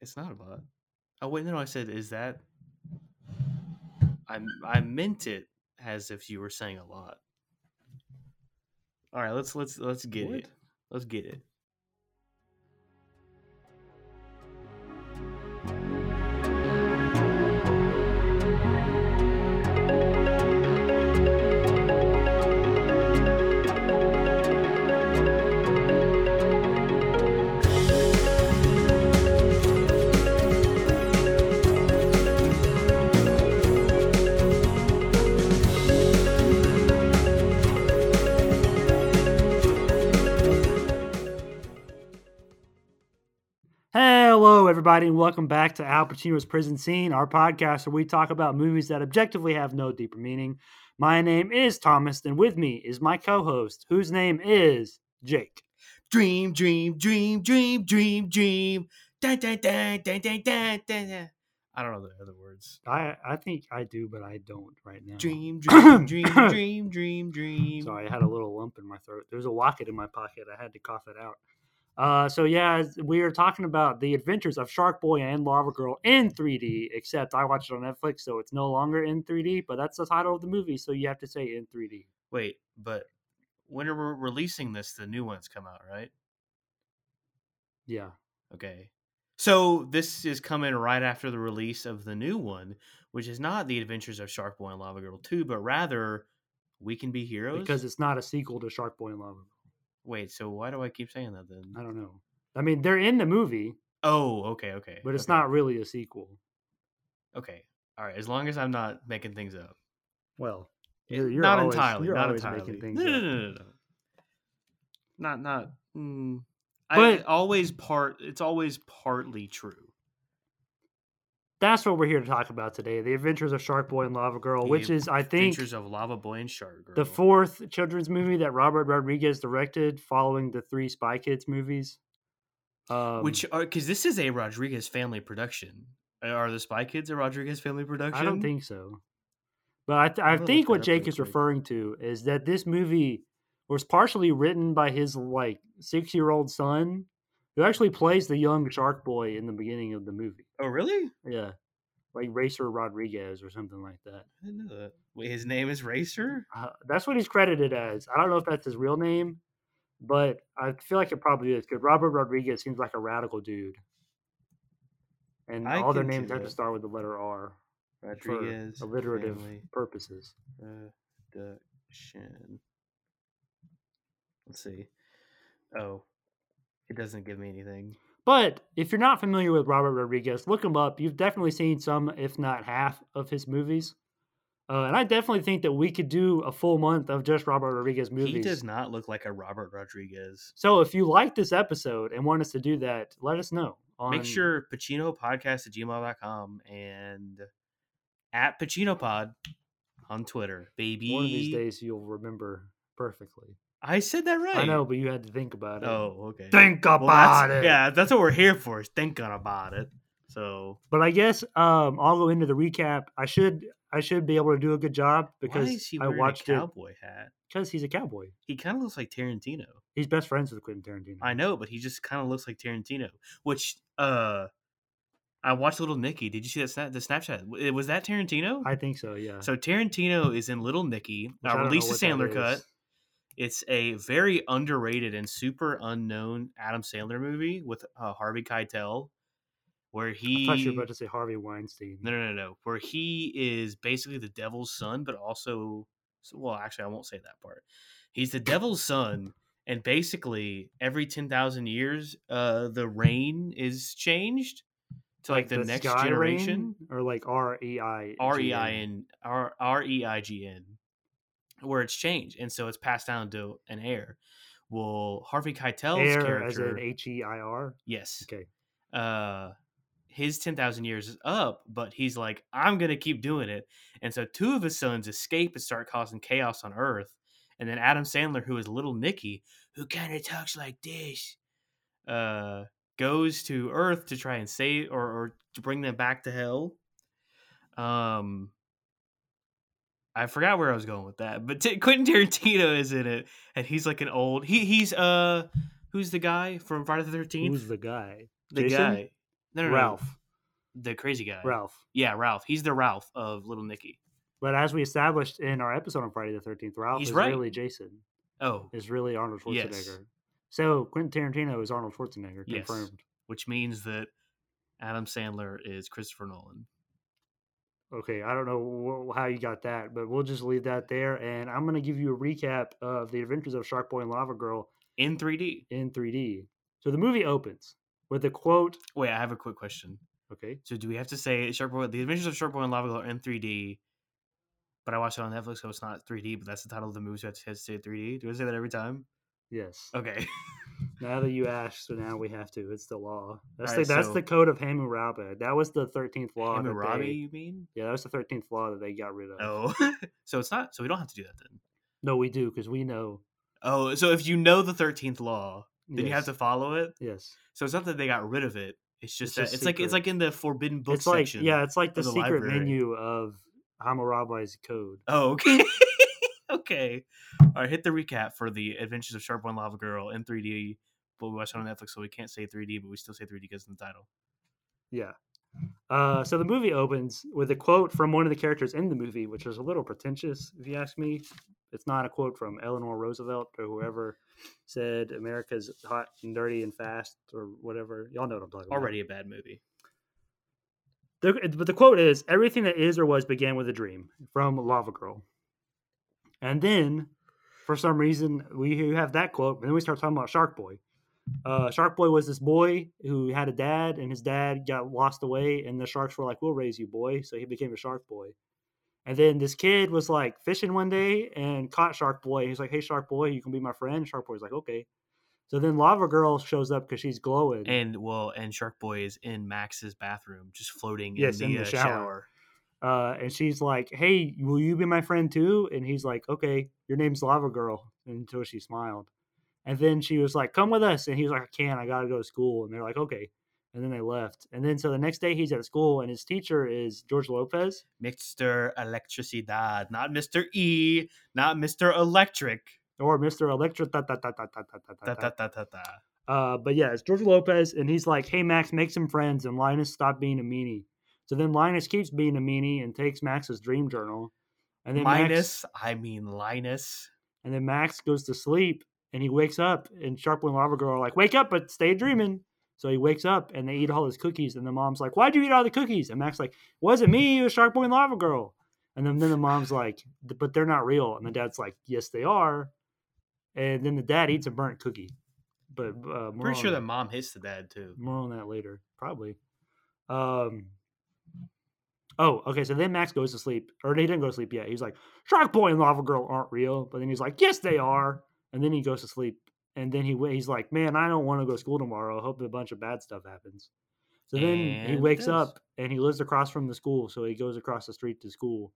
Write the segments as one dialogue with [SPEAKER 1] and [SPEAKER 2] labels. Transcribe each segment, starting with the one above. [SPEAKER 1] It's not a bot. Oh wait, no, I said is that. I I meant it as if you were saying a lot. All right, let's let's let's get
[SPEAKER 2] What?
[SPEAKER 1] it. Let's get it.
[SPEAKER 3] Hello, everybody, and welcome back to Al Pacino's Prison Scene, our podcast where we talk about movies that objectively have no deeper meaning. My name is Thomas, and with me is my co host, whose name is Jake.
[SPEAKER 1] Dream, dream, dream, dream, dream, dream. Dun, dun, dun, dun, dun, dun, dun, dun. I don't know the other words.
[SPEAKER 3] I, I think I do, but I don't right now.
[SPEAKER 1] Dream, dream, dream, dream, dream, dream.
[SPEAKER 3] Sorry, I had a little lump in my throat. There was a locket in my pocket. I had to cough it out. Uh, so yeah, as- we are talking about the adventures of Shark Boy and Lava Girl in 3D. Except I watched it on Netflix, so it's no longer in 3D. But that's the title of the movie, so you have to say in 3D.
[SPEAKER 1] Wait, but when are we releasing this? The new ones come out, right?
[SPEAKER 3] Yeah,
[SPEAKER 1] Okay. So this is coming right after the release of the new one, which is not The Adventures of Shark Boy and Lava Girl 2, but rather We Can Be Heroes.
[SPEAKER 3] because it's not a sequel to Shark Boy and Lava. Girl.
[SPEAKER 1] Wait, so why do I keep saying that then?
[SPEAKER 3] I don't know. I mean, they're in the movie,
[SPEAKER 1] Oh, okay, okay.
[SPEAKER 3] but it's
[SPEAKER 1] okay,
[SPEAKER 3] not really a sequel.
[SPEAKER 1] Okay. All right, as long as I'm not making things up.
[SPEAKER 3] Well,
[SPEAKER 1] It-
[SPEAKER 3] You're- you're
[SPEAKER 1] not
[SPEAKER 3] always-
[SPEAKER 1] entirely.
[SPEAKER 3] you're
[SPEAKER 1] not
[SPEAKER 3] always making
[SPEAKER 1] entirely.
[SPEAKER 3] things
[SPEAKER 1] no, no,
[SPEAKER 3] up.
[SPEAKER 1] no, no, no. Not, not. Mm, I
[SPEAKER 3] But-
[SPEAKER 1] always part. It's always partly true.
[SPEAKER 3] that's what we're here to talk about today: the Adventures of Shark Boy and Lava Girl,
[SPEAKER 1] The
[SPEAKER 3] which is, I think,
[SPEAKER 1] Adventures of Lava Boy and Shark Girl.
[SPEAKER 3] the fourth children's movie that Robert Rodriguez directed following the three Spy Kids movies. Um,
[SPEAKER 1] which are because this is a Rodriguez family production. Are the Spy Kids a Rodriguez family production?
[SPEAKER 3] I don't think so. But I, th-
[SPEAKER 1] I'm
[SPEAKER 3] I
[SPEAKER 1] gonna look
[SPEAKER 3] think
[SPEAKER 1] that
[SPEAKER 3] what
[SPEAKER 1] up real
[SPEAKER 3] Jake is
[SPEAKER 1] quick.
[SPEAKER 3] referring to is that this movie was partially written by his like six year old son, who actually plays the young shark boy in the beginning of the movie.
[SPEAKER 1] Oh, really?
[SPEAKER 3] Yeah, like Racer Rodriguez or something like that.
[SPEAKER 1] I didn't know that. Wait, his name is Racer.
[SPEAKER 3] Uh, that's what he's credited as. I don't know if that's his real name, but I feel like it probably is because Robert Rodriguez seems like a radical dude. And
[SPEAKER 1] I
[SPEAKER 3] all their
[SPEAKER 1] can see
[SPEAKER 3] names have to
[SPEAKER 1] that.
[SPEAKER 3] start with the letter R for
[SPEAKER 1] Rodriguez
[SPEAKER 3] alliterative
[SPEAKER 1] family
[SPEAKER 3] purposes.
[SPEAKER 1] production. Let's see. Oh, it doesn't give me anything.
[SPEAKER 3] But if you're not familiar with Robert Rodriguez, look him up. You've definitely seen some, if not half, of his movies. Uh, and I definitely think that we could do a full month of just Robert Rodriguez movies.
[SPEAKER 1] He does not look like a Robert Rodriguez.
[SPEAKER 3] So if you like this episode and want us to do that, let us know. On,
[SPEAKER 1] Make sure Pacino Podcast at gmail.com and at Pacino Pod on Twitter, baby.
[SPEAKER 3] one of these days you'll remember perfectly.
[SPEAKER 1] I said that right.
[SPEAKER 3] I know, but you had to think about it.
[SPEAKER 1] Oh, okay.
[SPEAKER 3] Think
[SPEAKER 1] Well, that's-
[SPEAKER 3] about it.
[SPEAKER 1] Yeah, that's what we're here for, is thinking about it. So
[SPEAKER 3] But I guess um, I'll go into the recap. I should I should be able to do a good job because
[SPEAKER 1] why is he
[SPEAKER 3] I
[SPEAKER 1] wearing
[SPEAKER 3] watched
[SPEAKER 1] a
[SPEAKER 3] it
[SPEAKER 1] cowboy hat?
[SPEAKER 3] because he's a cowboy.
[SPEAKER 1] He kind of looks like Tarantino.
[SPEAKER 3] He's best friends with Quentin Tarantino.
[SPEAKER 1] I know, but he just kind of looks like Tarantino. Which, uh, I watched Little Nicky. Did you see that snap? The Snapchat W- was that Tarantino?
[SPEAKER 3] I think so. Yeah.
[SPEAKER 1] so Tarantino is in Little Nicky.
[SPEAKER 3] Which I
[SPEAKER 1] Uh,
[SPEAKER 3] don't know
[SPEAKER 1] released the
[SPEAKER 3] what that
[SPEAKER 1] Sandler cut.
[SPEAKER 3] is.
[SPEAKER 1] It's a very underrated and super unknown Adam Sandler movie with uh, Harvey Keitel, where he
[SPEAKER 3] I thought you were about to say Harvey Weinstein.
[SPEAKER 1] No, no, no, no. Where he is basically the devil's son, but also, so- well, actually, I won't say that part. He's the devil's son, and basically, every ten thousand years, uh, the reign is changed to like, the, next
[SPEAKER 3] Sky Rain?
[SPEAKER 1] generation.
[SPEAKER 3] or like R E I
[SPEAKER 1] R e i n r r e i g n, where it's changed, and so it's passed down to an heir. Well, Harvey Keitel's
[SPEAKER 3] air as
[SPEAKER 1] character,
[SPEAKER 3] in H E I R.
[SPEAKER 1] yes,
[SPEAKER 3] Okay,
[SPEAKER 1] uh his 10,000 years is up, but he's like, I'm going to keep doing it. And so two of his sons escape and start causing chaos on Earth. And then Adam Sandler, who is little Nicky, who kind of talks like this, uh, goes to Earth to try and save or, or to bring them back to hell. Um, I forgot where I was going with that, but T- Quentin Tarantino is in it, and he's like an old he he's uh who's the guy from Friday the Thirteenth?
[SPEAKER 3] who's the guy?
[SPEAKER 1] the
[SPEAKER 3] Jason?
[SPEAKER 1] guy. No, no, no,
[SPEAKER 3] Ralph.
[SPEAKER 1] the crazy guy.
[SPEAKER 3] Ralph.
[SPEAKER 1] Yeah, Ralph. He's the Ralph of Little Nicky.
[SPEAKER 3] But as we established in our episode on Friday the Thirteenth, Ralph
[SPEAKER 1] He's
[SPEAKER 3] is
[SPEAKER 1] right.
[SPEAKER 3] really Jason.
[SPEAKER 1] Oh,
[SPEAKER 3] Is really Arnold Schwarzenegger.
[SPEAKER 1] Yes.
[SPEAKER 3] So Quentin Tarantino is Arnold Schwarzenegger
[SPEAKER 1] Yes.
[SPEAKER 3] confirmed.
[SPEAKER 1] which means that Adam Sandler is Christopher Nolan.
[SPEAKER 3] Okay, I don't know wh- how you got that, but we'll just leave that there. And I'm going to give you a recap of the Adventures of Shark Boy and Lava Girl
[SPEAKER 1] In 3D.
[SPEAKER 3] in 3D. So the movie opens with a quote.
[SPEAKER 1] Wait, I have a quick question.
[SPEAKER 3] Okay,
[SPEAKER 1] So do we have to say Sharkboy, The Adventures of Sharkboy and Lava Girl are in 3D? But I watched it on Netflix, so it's not 3D. But that's the title of the movie, so I have to say 3D. Do I say that every time?
[SPEAKER 3] yes.
[SPEAKER 1] Okay.
[SPEAKER 3] Now that you asked, so now we have to. It's the law. That's
[SPEAKER 1] Alright,
[SPEAKER 3] the that's
[SPEAKER 1] so-
[SPEAKER 3] the code of Hammurabi. That was the 13th law. that they-
[SPEAKER 1] Hammurabi, you mean?
[SPEAKER 3] yeah, that was the 13th law that they got rid of.
[SPEAKER 1] Oh, so it's not. So we don't have to do that then.
[SPEAKER 3] No, we do because we know.
[SPEAKER 1] Oh, so if you know the thirteenth law, then you have
[SPEAKER 3] Yes.
[SPEAKER 1] to follow it.
[SPEAKER 3] Yes.
[SPEAKER 1] So it's not that they got rid of it. It's just
[SPEAKER 3] It's
[SPEAKER 1] that
[SPEAKER 3] just
[SPEAKER 1] it's like it's
[SPEAKER 3] secret.
[SPEAKER 1] like in the forbidden book
[SPEAKER 3] It's like
[SPEAKER 1] section.
[SPEAKER 3] yeah, it's like the,
[SPEAKER 1] of the
[SPEAKER 3] secret
[SPEAKER 1] library.
[SPEAKER 3] menu of Hammurabi's code.
[SPEAKER 1] Oh, okay. okay. All right. Hit the recap for the Adventures of Sharp One Lava Girl in 3D. But we watched it on Netflix, so we can't say 3D, but we still say 3D because of the title.
[SPEAKER 3] Yeah. Uh, so the movie opens with a quote from one of the characters in the movie, which is a little pretentious, if you ask me. It's not a quote from Eleanor Roosevelt or whoever said America's hot and dirty and fast or whatever. Y'all know what I'm talking about.
[SPEAKER 1] Already a bad movie.
[SPEAKER 3] The, but the quote is everything that is or was began with a dream from Lava Girl. And then for some reason we hear- have that quote, and then we start talking about Shark Boy. Uh, Shark Boy was this boy who had a dad, and his dad got lost away, and the sharks were like, "We'll raise you, boy." So he became a Shark Boy. And then this kid was like fishing one day and caught Shark Boy. He's like, "Hey, Shark Boy, you can be my friend." Shark Boy's like, "Okay." So then Lava Girl shows up because she's glowing.
[SPEAKER 1] And well, and Shark Boy is in Max's bathroom, just floating
[SPEAKER 3] Yes,
[SPEAKER 1] in the, uh, shower.
[SPEAKER 3] uh, and she's like, "Hey, will you be my friend too?" And he's like, "Okay, your name's Lava Girl." Until she smiled, and then she was like, "Come with us," and he was like, "I can't. I gotta go to school." And they're like, "Okay," and then they left. And then so the next day he's at school, and his teacher is George Lopez.
[SPEAKER 1] Mr. Electricidad, not Mr. E, not Mr. Electric.
[SPEAKER 3] Or Mr. Electra, ta ta ta ta ta ta ta
[SPEAKER 1] Da,
[SPEAKER 3] ta.
[SPEAKER 1] da, da, da, da.
[SPEAKER 3] Uh, but yeah, it's George Lopez, and he's like, "Hey, Max, make some friends." And Linus, stop being a meanie. So then Linus keeps being a meanie and takes Max's dream journal, and then Max-
[SPEAKER 1] Minus, I mean Linus.
[SPEAKER 3] And then Max goes to sleep and he wakes up and Sharpboy and Lava Girl are like, Wake up, but
[SPEAKER 1] Mm-hmm.
[SPEAKER 3] stay dreaming. So he wakes up and they eat all his cookies. And the mom's like, Why'd you eat all the cookies? And Max's like, Wasn't me, it was Sharkboy and Lava Girl. And then, then the mom's like, "Th- But they're not real. And the dad's like, Yes, they are. And then the dad eats a burnt cookie. But uh, more
[SPEAKER 1] Pretty
[SPEAKER 3] on
[SPEAKER 1] sure
[SPEAKER 3] that-
[SPEAKER 1] the mom hits the dad too.
[SPEAKER 3] more on that later, probably. Um. Oh, okay. So then Max goes to sleep, or he didn't go to sleep yet. He's like, "Shark Boy and Lava Girl aren't real," but then he's like, "Yes, they are." And then he goes to sleep, and then he wa- he's like, "Man, I don't want to go to school tomorrow. I hope a bunch of bad stuff happens." So then
[SPEAKER 1] And
[SPEAKER 3] he
[SPEAKER 1] it
[SPEAKER 3] wakes
[SPEAKER 1] does.
[SPEAKER 3] up, and he lives across from the school, so he goes across the street to school.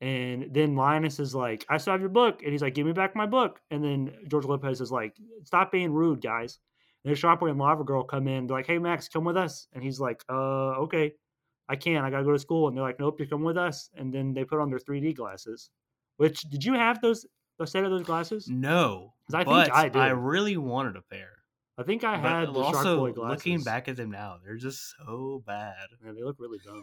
[SPEAKER 3] And then Linus is like, "I still have your book," and he's like, "Give me back my book." And then George Lopez is like, "Stop being rude, guys." And then Sharkboy and Lava Girl come in. They're like, "Hey Max, come with us." And he's like, "Uh, okay, I can. I gotta go to school." And they're like, "Nope, you come with us." And then they put on their 3D glasses. Which did you have those? A set of those glasses?
[SPEAKER 1] No,
[SPEAKER 3] 'Cause I think
[SPEAKER 1] but
[SPEAKER 3] I did.
[SPEAKER 1] I really wanted a pair.
[SPEAKER 3] I think I
[SPEAKER 1] But
[SPEAKER 3] had the
[SPEAKER 1] also,
[SPEAKER 3] Sharkboy glasses.
[SPEAKER 1] looking back at them now, they're just so bad.
[SPEAKER 3] yeah, they look really dumb.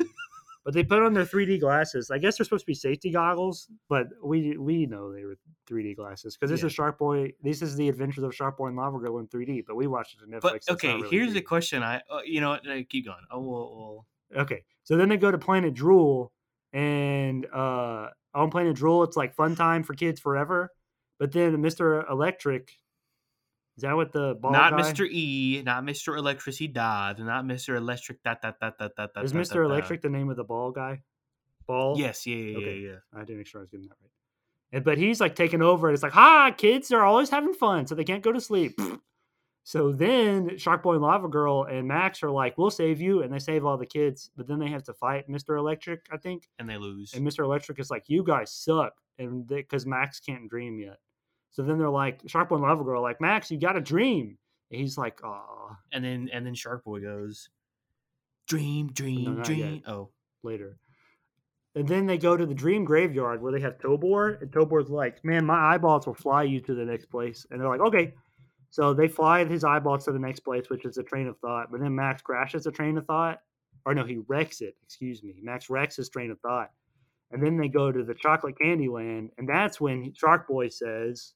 [SPEAKER 3] but they put on their 3D glasses. I guess they're supposed to be safety goggles, but we we know they were 3D glasses because this
[SPEAKER 1] Yeah.
[SPEAKER 3] is Sharkboy. This is the Adventures of Sharkboy and Lava Girl in 3D. But we watched it on Netflix.
[SPEAKER 1] But
[SPEAKER 3] so it's not
[SPEAKER 1] okay,
[SPEAKER 3] really
[SPEAKER 1] here's the
[SPEAKER 3] 3D.
[SPEAKER 1] question. I uh, you know what? No, keep going. Oh well, well.
[SPEAKER 3] Okay. So then they go to Planet Drool, and uh, on Planet Drool, it's like fun time for kids forever. But then Mr. Electric, is that what the ball
[SPEAKER 1] not
[SPEAKER 3] guy-
[SPEAKER 1] Mr. E, not Mr. Electricity Dodd, not Mr. Electric. Dot dot dot dot dot. dot,
[SPEAKER 3] Is
[SPEAKER 1] dot,
[SPEAKER 3] Mr.
[SPEAKER 1] dot, dot.
[SPEAKER 3] Electric the name of the ball guy? Ball?
[SPEAKER 1] Yes. Yeah. Yeah.
[SPEAKER 3] Okay.
[SPEAKER 1] Yeah. yeah.
[SPEAKER 3] I had to make sure I was getting that right. And, but he's like taking over, and it's like, ha, kids, they're always having fun, so they can't go to sleep. so then Sharkboy and Lava Girl and Max are like, we'll save you, and they save all the kids, but then they have to fight Mr. Electric, I think.
[SPEAKER 1] And they lose.
[SPEAKER 3] And Mr. Electric is like, "You guys suck," and because Max can't dream yet. So then they're like, Sharkboy and Lava Girl are like, "Max, you got to dream." And he's like, "Ah,
[SPEAKER 1] And then and then Shark Boy goes, dream, dream,
[SPEAKER 3] not
[SPEAKER 1] dream. Oh,
[SPEAKER 3] later." And then they go to the dream graveyard where they have Tobor, and Tobor's like, "Man, my eyeballs will fly you to the next place." And they're like, "Okay." So they fly his eyeballs to the next place, which is the train of thought. But then Max crashes the train of thought, or no, he wrecks it. Excuse me, Max wrecks his train of thought, and then they go to the chocolate candy land, and that's when Shark Boy says,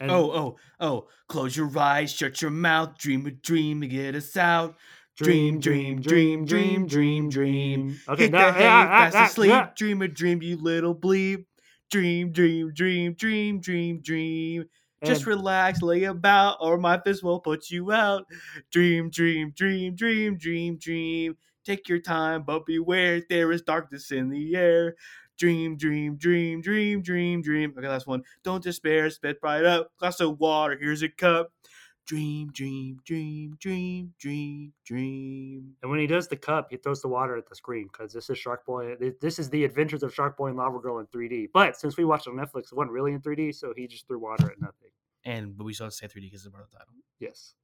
[SPEAKER 3] and
[SPEAKER 1] oh, oh, oh. Close your eyes, shut your mouth, dream a dream to get us out. Dream, dream, dream, dream, dream, dream.
[SPEAKER 3] Okay,
[SPEAKER 1] Hit
[SPEAKER 3] no,
[SPEAKER 1] the hay,
[SPEAKER 3] yeah, ah,
[SPEAKER 1] fast
[SPEAKER 3] ah,
[SPEAKER 1] asleep.
[SPEAKER 3] yeah.
[SPEAKER 1] Dream a dream, you little bleep. Dream, dream, dream, dream, dream, dream. Just
[SPEAKER 3] And-
[SPEAKER 1] relax, lay about, or my fist will put you out. Dream, dream, dream, dream, dream, dream. Take your time, but beware, there is darkness in the air. Dream, dream, dream, dream, dream, dream. Okay, last one. Don't despair, spit right up. Glass of water, here's a cup. Dream, dream, dream, dream, dream, dream.
[SPEAKER 3] And when he does the cup, he throws the water at the screen because this is Shark Boy. th- This is the Adventures of Shark Boy and Lava Girl in 3D. But since we watched it on Netflix, it wasn't really in 3D, so he just threw water at nothing.
[SPEAKER 1] And but we still have to say 3D because it's part of the title.
[SPEAKER 3] Yes.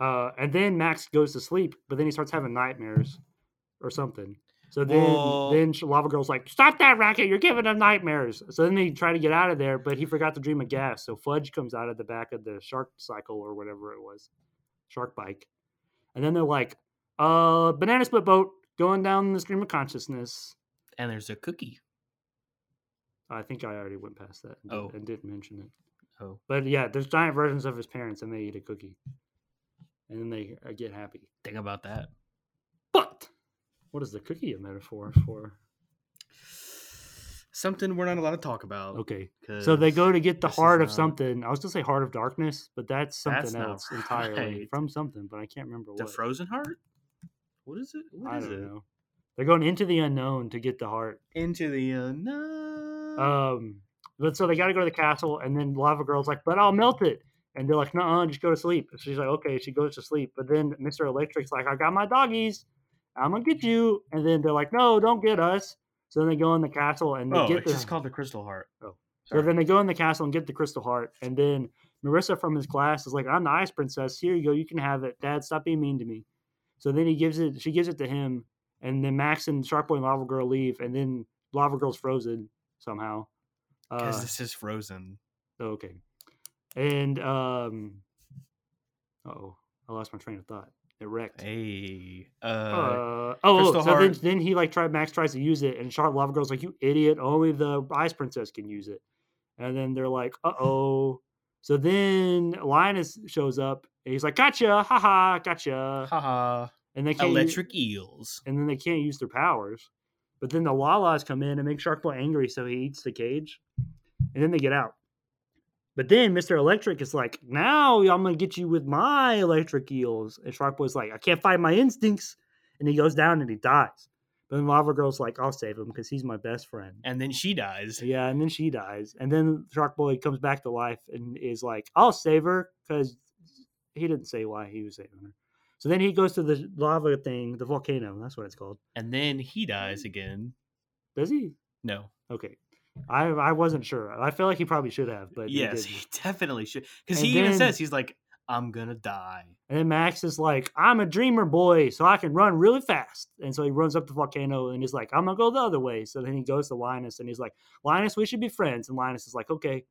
[SPEAKER 3] Uh, and then Max goes to sleep, but then he starts having nightmares or something. So then,
[SPEAKER 1] Well-
[SPEAKER 3] then Sh- Lava Girl's like, "Stop that racket! You're giving him nightmares." So then they try to get out of there, but he forgot to dream of gas. So Fudge comes out of the back of the shark cycle or whatever it was, shark bike, and then they're like, "Uh, banana split boat going down the stream of consciousness."
[SPEAKER 1] And there's a cookie.
[SPEAKER 3] I think I already went past that and,
[SPEAKER 1] Oh.
[SPEAKER 3] did, and did mention it.
[SPEAKER 1] Oh,
[SPEAKER 3] But yeah, there's giant versions of his parents, and they eat a cookie, and then they uh, get happy.
[SPEAKER 1] think about that.
[SPEAKER 3] But what is the cookie a metaphor for?
[SPEAKER 1] Something we're not allowed to talk about.
[SPEAKER 3] Okay. So they go to get the
[SPEAKER 1] this is
[SPEAKER 3] heart of
[SPEAKER 1] not-
[SPEAKER 3] something. I was gonna say heart of darkness, but that's something
[SPEAKER 1] That's not
[SPEAKER 3] else entirely
[SPEAKER 1] right.
[SPEAKER 3] from something, but I can't remember
[SPEAKER 1] the
[SPEAKER 3] what.
[SPEAKER 1] frozen heart. What is it? What
[SPEAKER 3] I
[SPEAKER 1] is
[SPEAKER 3] don't
[SPEAKER 1] it?
[SPEAKER 3] know. They're going into the unknown to get the heart.
[SPEAKER 1] Into the
[SPEAKER 3] Uh,
[SPEAKER 1] unknown.
[SPEAKER 3] Um, but so they got to go to the castle, and then Lava Girl's like, "But I'll melt it," and they're like, "No, just go to sleep." And she's like, "Okay," she goes to sleep. But then Mister Electric's like, "I got my doggies. I'm gonna get you." And then they're like, "No, don't get us." So then they go in the castle and they
[SPEAKER 1] oh,
[SPEAKER 3] get
[SPEAKER 1] it's
[SPEAKER 3] the
[SPEAKER 1] just called the crystal heart.
[SPEAKER 3] Oh.
[SPEAKER 1] Sorry.
[SPEAKER 3] So then they go in the castle and get the crystal heart, and then Marissa from his class is like, "I'm the ice princess. Here you go. You can have it, Dad. Stop being mean to me." So then he gives it. She gives it to him, and then Max and Sharkboy and Lava Girl leave, and then Lava Girl's frozen somehow. Uh,
[SPEAKER 1] Because this is frozen.
[SPEAKER 3] so, okay, and um, oh, I lost my train of thought. It wrecked.
[SPEAKER 1] Hey. Uh,
[SPEAKER 3] Uh, oh, oh,
[SPEAKER 1] Crystal
[SPEAKER 3] so then,
[SPEAKER 1] Heart.
[SPEAKER 3] then he like try Max tries to use it, and Charlotte Lava Girl's like, "You idiot! Only the Ice Princess can use it." And then they're like, "Uh oh." So then Linus shows up, and he's like, "Gotcha! Haha! Gotcha!"
[SPEAKER 1] haha.
[SPEAKER 3] And they can't u-
[SPEAKER 1] Electric eels.
[SPEAKER 3] and then they can't use their powers. But then the Lalas come in and make Sharkboy angry, so he eats the cage, and then they get out. But then Mr. Electric is like, "Now I'm gonna get you with my electric eels," and Sharkboy's like, "I can't fight my instincts," and he goes down and he dies. But then Lava Girl's like, "I'll save him because he's my best friend."
[SPEAKER 1] And then she dies.
[SPEAKER 3] Yeah, and then she dies, and then Sharkboy comes back to life and is like, "I'll save her," because he didn't say why he was saving her. So then he goes to the lava thing, the volcano. That's what it's called.
[SPEAKER 1] And then he dies again.
[SPEAKER 3] Does he?
[SPEAKER 1] No.
[SPEAKER 3] Okay. I I wasn't sure. I feel like he probably should have, but he
[SPEAKER 1] yes,
[SPEAKER 3] didn't.
[SPEAKER 1] he definitely should. Because
[SPEAKER 3] And
[SPEAKER 1] he even
[SPEAKER 3] then-
[SPEAKER 1] says, he's like, I'm going to die.
[SPEAKER 3] And then Max is like, "I'm a dreamer boy, so I can run really fast." And so he runs up the volcano and he's like, "I'm gonna go the other way." So then he goes to Linus and he's like, "Linus, we should be friends." And Linus is like, "Okay."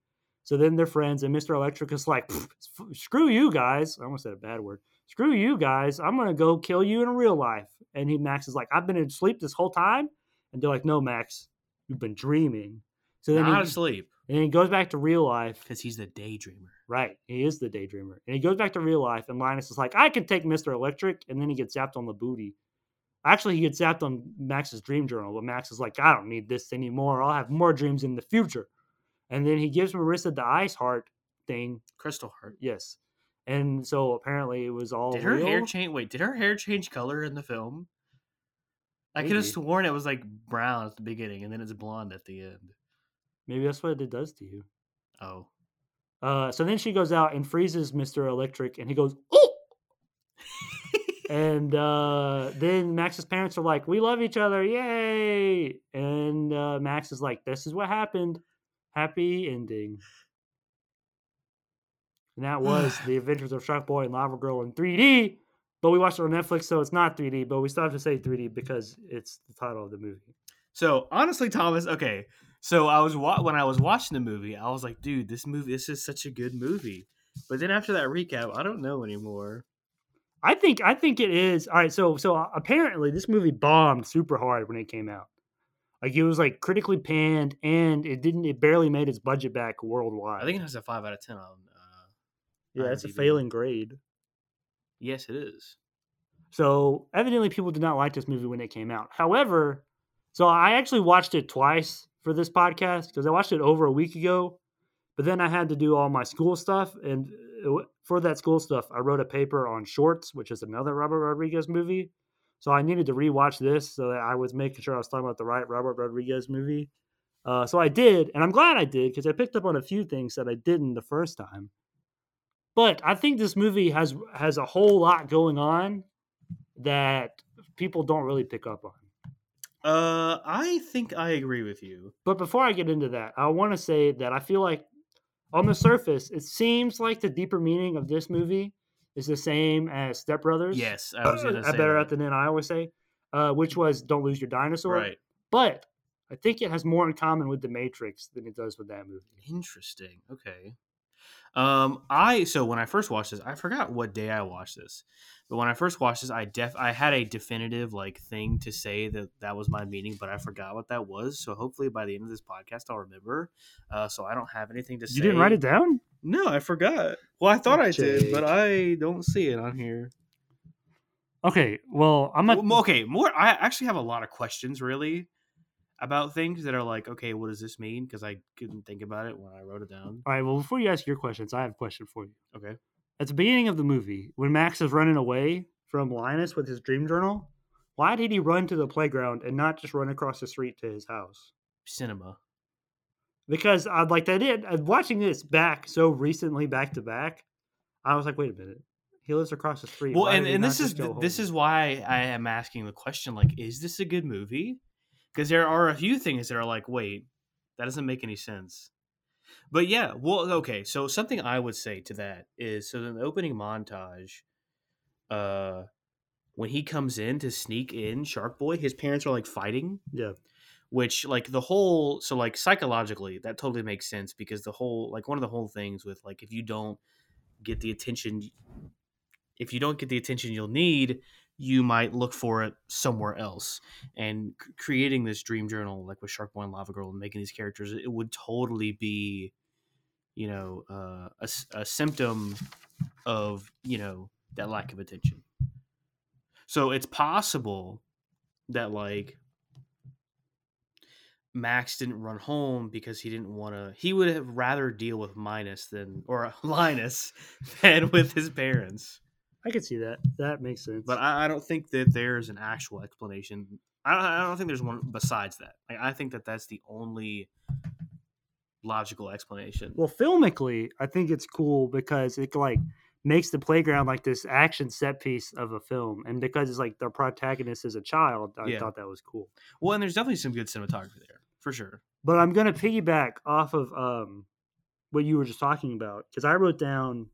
[SPEAKER 3] So then they're friends, and Mr. Electric is like, "Pff, f- "Screw you guys!" I almost said a bad word. "Screw you guys! I'm gonna go kill you in real life." And he Max is like, "I've been asleep this whole time," and they're like, "No, Max, you've been dreaming." So then
[SPEAKER 1] Not
[SPEAKER 3] he,
[SPEAKER 1] asleep.
[SPEAKER 3] and he goes back to real life
[SPEAKER 1] Because he's the daydreamer.
[SPEAKER 3] Right. He is the daydreamer. And he goes back to real life, and Linus is like, I can take Mr. Electric. And then he gets zapped on the booty. Actually, he gets zapped on Max's dream journal, but Max is like, I don't need this anymore. I'll have more dreams in the future. And then he gives Marissa the ice heart thing.
[SPEAKER 1] Crystal Heart.
[SPEAKER 3] Yes. And so apparently it was all.
[SPEAKER 1] Did her hair
[SPEAKER 3] real.
[SPEAKER 1] change? Wait, did her hair change color in the film? I could have
[SPEAKER 3] Maybe.
[SPEAKER 1] sworn it was like brown at the beginning and then it's blonde at the end.
[SPEAKER 3] Maybe that's what it does to you.
[SPEAKER 1] Oh.
[SPEAKER 3] Uh, so then she goes out and freezes Mr. Electric, and he goes, "Oh!" and uh, then Max's parents are like, "We love each other, yay!" And uh, Max is like, "This is what happened. Happy ending." And that was the Adventures of Shark Boy and Lava Girl in 3D. But we watched it on Netflix, so it's not 3D. But we still have to say 3D because it's the title of the movie.
[SPEAKER 1] So honestly, Thomas, okay, So I was wa- when I was watching the movie, I was like, dude, this movie, this is such a good movie. But then after that recap, I don't know anymore.
[SPEAKER 3] I think I think it is. All right, so so apparently this movie bombed super hard when it came out. Like it was like critically panned and it didn't it barely made its budget back worldwide.
[SPEAKER 1] I think it has a five out of ten on. Uh,
[SPEAKER 3] yeah, it's a
[SPEAKER 1] IMDb.
[SPEAKER 3] failing grade.
[SPEAKER 1] yes, it is.
[SPEAKER 3] So evidently people did not like this movie when it came out. However, so I actually watched it twice for this podcast because I watched it over a week ago, but then I had to do all my school stuff and it w- for that school stuff I wrote a paper on Shorts, which is another Robert Rodriguez movie. So I needed to rewatch this so that I was making sure I was talking about the right Robert Rodriguez movie. Uh, so I did, and I'm glad I did because I picked up on a few things that I didn't the first time. But I think this movie has has a whole lot going on that people don't really pick up on.
[SPEAKER 1] Uh, I think I agree with you.
[SPEAKER 3] But before I get into that, I want to say that I feel like on the surface, it seems like the deeper meaning of this movie is the same as Step Brothers.
[SPEAKER 1] Yes, I was gonna say
[SPEAKER 3] I better
[SPEAKER 1] that.
[SPEAKER 3] at the end. I always say, uh, which was "Don't lose your dinosaur."
[SPEAKER 1] right.
[SPEAKER 3] But I think it has more in common with The Matrix than it does with that movie.
[SPEAKER 1] Interesting. Okay. Um, I so when I first watched this, I forgot what day I watched this, but when I first watched this, I def I had a definitive like thing to say that that was my meaning, but I forgot what that was. So hopefully by the end of this podcast, I'll remember. Uh, so I don't have anything to say.
[SPEAKER 3] You didn't write it down?
[SPEAKER 1] No, I forgot. Well, I thought I did, but
[SPEAKER 3] Jake.
[SPEAKER 1] I don't see it on here.
[SPEAKER 3] Okay. Well, I'm not.
[SPEAKER 1] Well, okay, more. I actually have a lot of questions really about things that are like, okay, what does this mean? Because I couldn't think about it when I wrote it down.
[SPEAKER 3] All right. Well, before you ask your questions, I have a question for you.
[SPEAKER 1] Okay.
[SPEAKER 3] At the beginning of the movie, when Max is running away from Linus with his dream journal, why did he run to the playground and not just run across the street to his house?
[SPEAKER 1] Cinema.
[SPEAKER 3] Because I'd like that it. I'm watching this back so recently, back to back. I was like, wait a minute, he lives across the street.
[SPEAKER 1] well
[SPEAKER 3] why
[SPEAKER 1] and,
[SPEAKER 3] did he
[SPEAKER 1] and
[SPEAKER 3] not
[SPEAKER 1] this is
[SPEAKER 3] just go
[SPEAKER 1] this
[SPEAKER 3] home?"
[SPEAKER 1] is why i am asking the question like is this a good movie because there are a few things that are like wait that doesn't make any sense but yeah well okay so something i would say to that is so in the opening montage uh when he comes in to sneak in shark boy his parents are like fighting
[SPEAKER 3] yeah.
[SPEAKER 1] which like the whole so like psychologically that totally makes sense because the whole like one of the whole things with like if you don't get the attention if you don't get the attention you'll need you might look for it somewhere else and c- creating this dream journal like with shark boy and lava girl and making these characters it would totally be you know uh, a, s- a symptom of you know that lack of attention so it's possible that like Max didn't run home because he didn't want to. He would have rather deal with Minus than or Linus than with his parents.
[SPEAKER 3] I could see that. That makes sense.
[SPEAKER 1] But I, I don't think that there's an actual explanation. I don't, I don't think there's one besides that. Like, I think that that's the only logical explanation.
[SPEAKER 3] Well, filmically, I think it's cool because it like makes the playground like this action set piece of a film, and because it's like the protagonist is a child, I
[SPEAKER 1] Yeah.
[SPEAKER 3] thought that was cool.
[SPEAKER 1] well, and there's definitely some good cinematography there for sure.
[SPEAKER 3] But I'm gonna piggyback off of um, what you were just talking about because I wrote down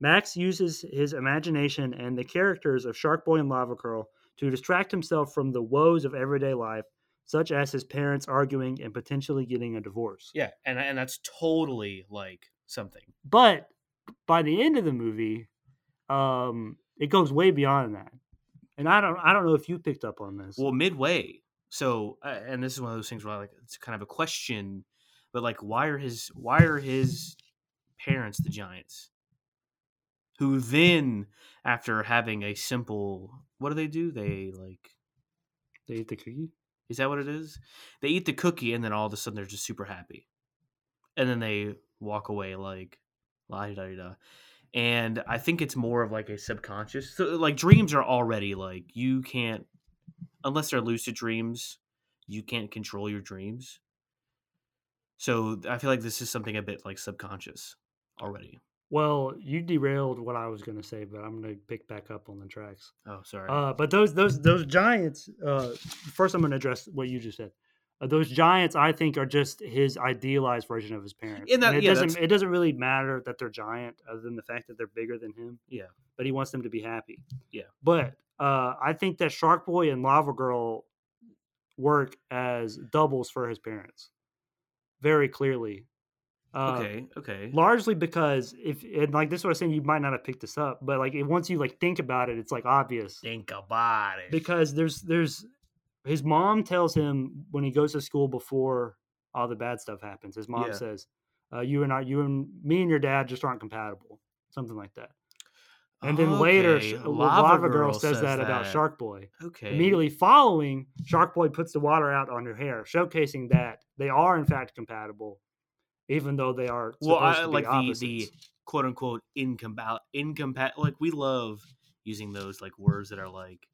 [SPEAKER 3] Max uses his imagination and the characters of Shark Boy and Lava Girl to distract himself from the woes of everyday life, such as his parents arguing and potentially getting a divorce.
[SPEAKER 1] Yeah, and and that's totally like something.
[SPEAKER 3] but by the end of the movie um it goes way beyond that and i don't i don't know if you picked up on this
[SPEAKER 1] Well, midway. So, uh, and this is one of those things where like it's kind of a question, but like, why are his why are his parents the Giants? Who then, after having a simple, what do they do? They like,
[SPEAKER 3] they eat the cookie
[SPEAKER 1] is that what it is? They eat the cookie, and then all of a sudden they're just super happy, and then they walk away like, la da da da. And I think it's more of like a subconscious. So, like dreams are already like you can't unless they're lucid dreams, you can't control your dreams. So th- I feel like this is something a bit like subconscious already.
[SPEAKER 3] well you derailed what i was going to say but i'm going to pick back up on the tracks
[SPEAKER 1] Oh, sorry.
[SPEAKER 3] uh but those those those giants uh first i'm going to address what you just said uh, those giants i think are just his idealized version of his parents
[SPEAKER 1] And that-
[SPEAKER 3] it
[SPEAKER 1] yeah,
[SPEAKER 3] doesn't
[SPEAKER 1] that's-
[SPEAKER 3] it doesn't really matter that they're giant other than the fact that they're bigger than him
[SPEAKER 1] yeah.
[SPEAKER 3] but he wants them to be happy.
[SPEAKER 1] Yeah.
[SPEAKER 3] But uh, I think that Shark Boy and Lava Girl work as doubles for his parents. very clearly. Um,
[SPEAKER 1] okay. Okay.
[SPEAKER 3] largely because if and like this is what I was saying, you might not have picked this up, but like it, once you like think about it, it's like obvious
[SPEAKER 1] Think about it.
[SPEAKER 3] because there's there's his mom tells him when he goes to school before all the bad stuff happens. His mom
[SPEAKER 1] Yeah.
[SPEAKER 3] says, uh, "You and I, you and me and your dad just aren't compatible," something like that. And then later,
[SPEAKER 1] Okay,
[SPEAKER 3] Sh- uh, Lava, Girl, says, that, about Shark Boy.
[SPEAKER 1] Okay.
[SPEAKER 3] Immediately following, Shark Boy puts the water out on her hair, showcasing that they are in fact compatible, even though they are
[SPEAKER 1] Well,
[SPEAKER 3] supposed
[SPEAKER 1] I
[SPEAKER 3] to be
[SPEAKER 1] like the, the
[SPEAKER 3] opposites.
[SPEAKER 1] quote unquote incompat incompat. Like we love using those like words that are like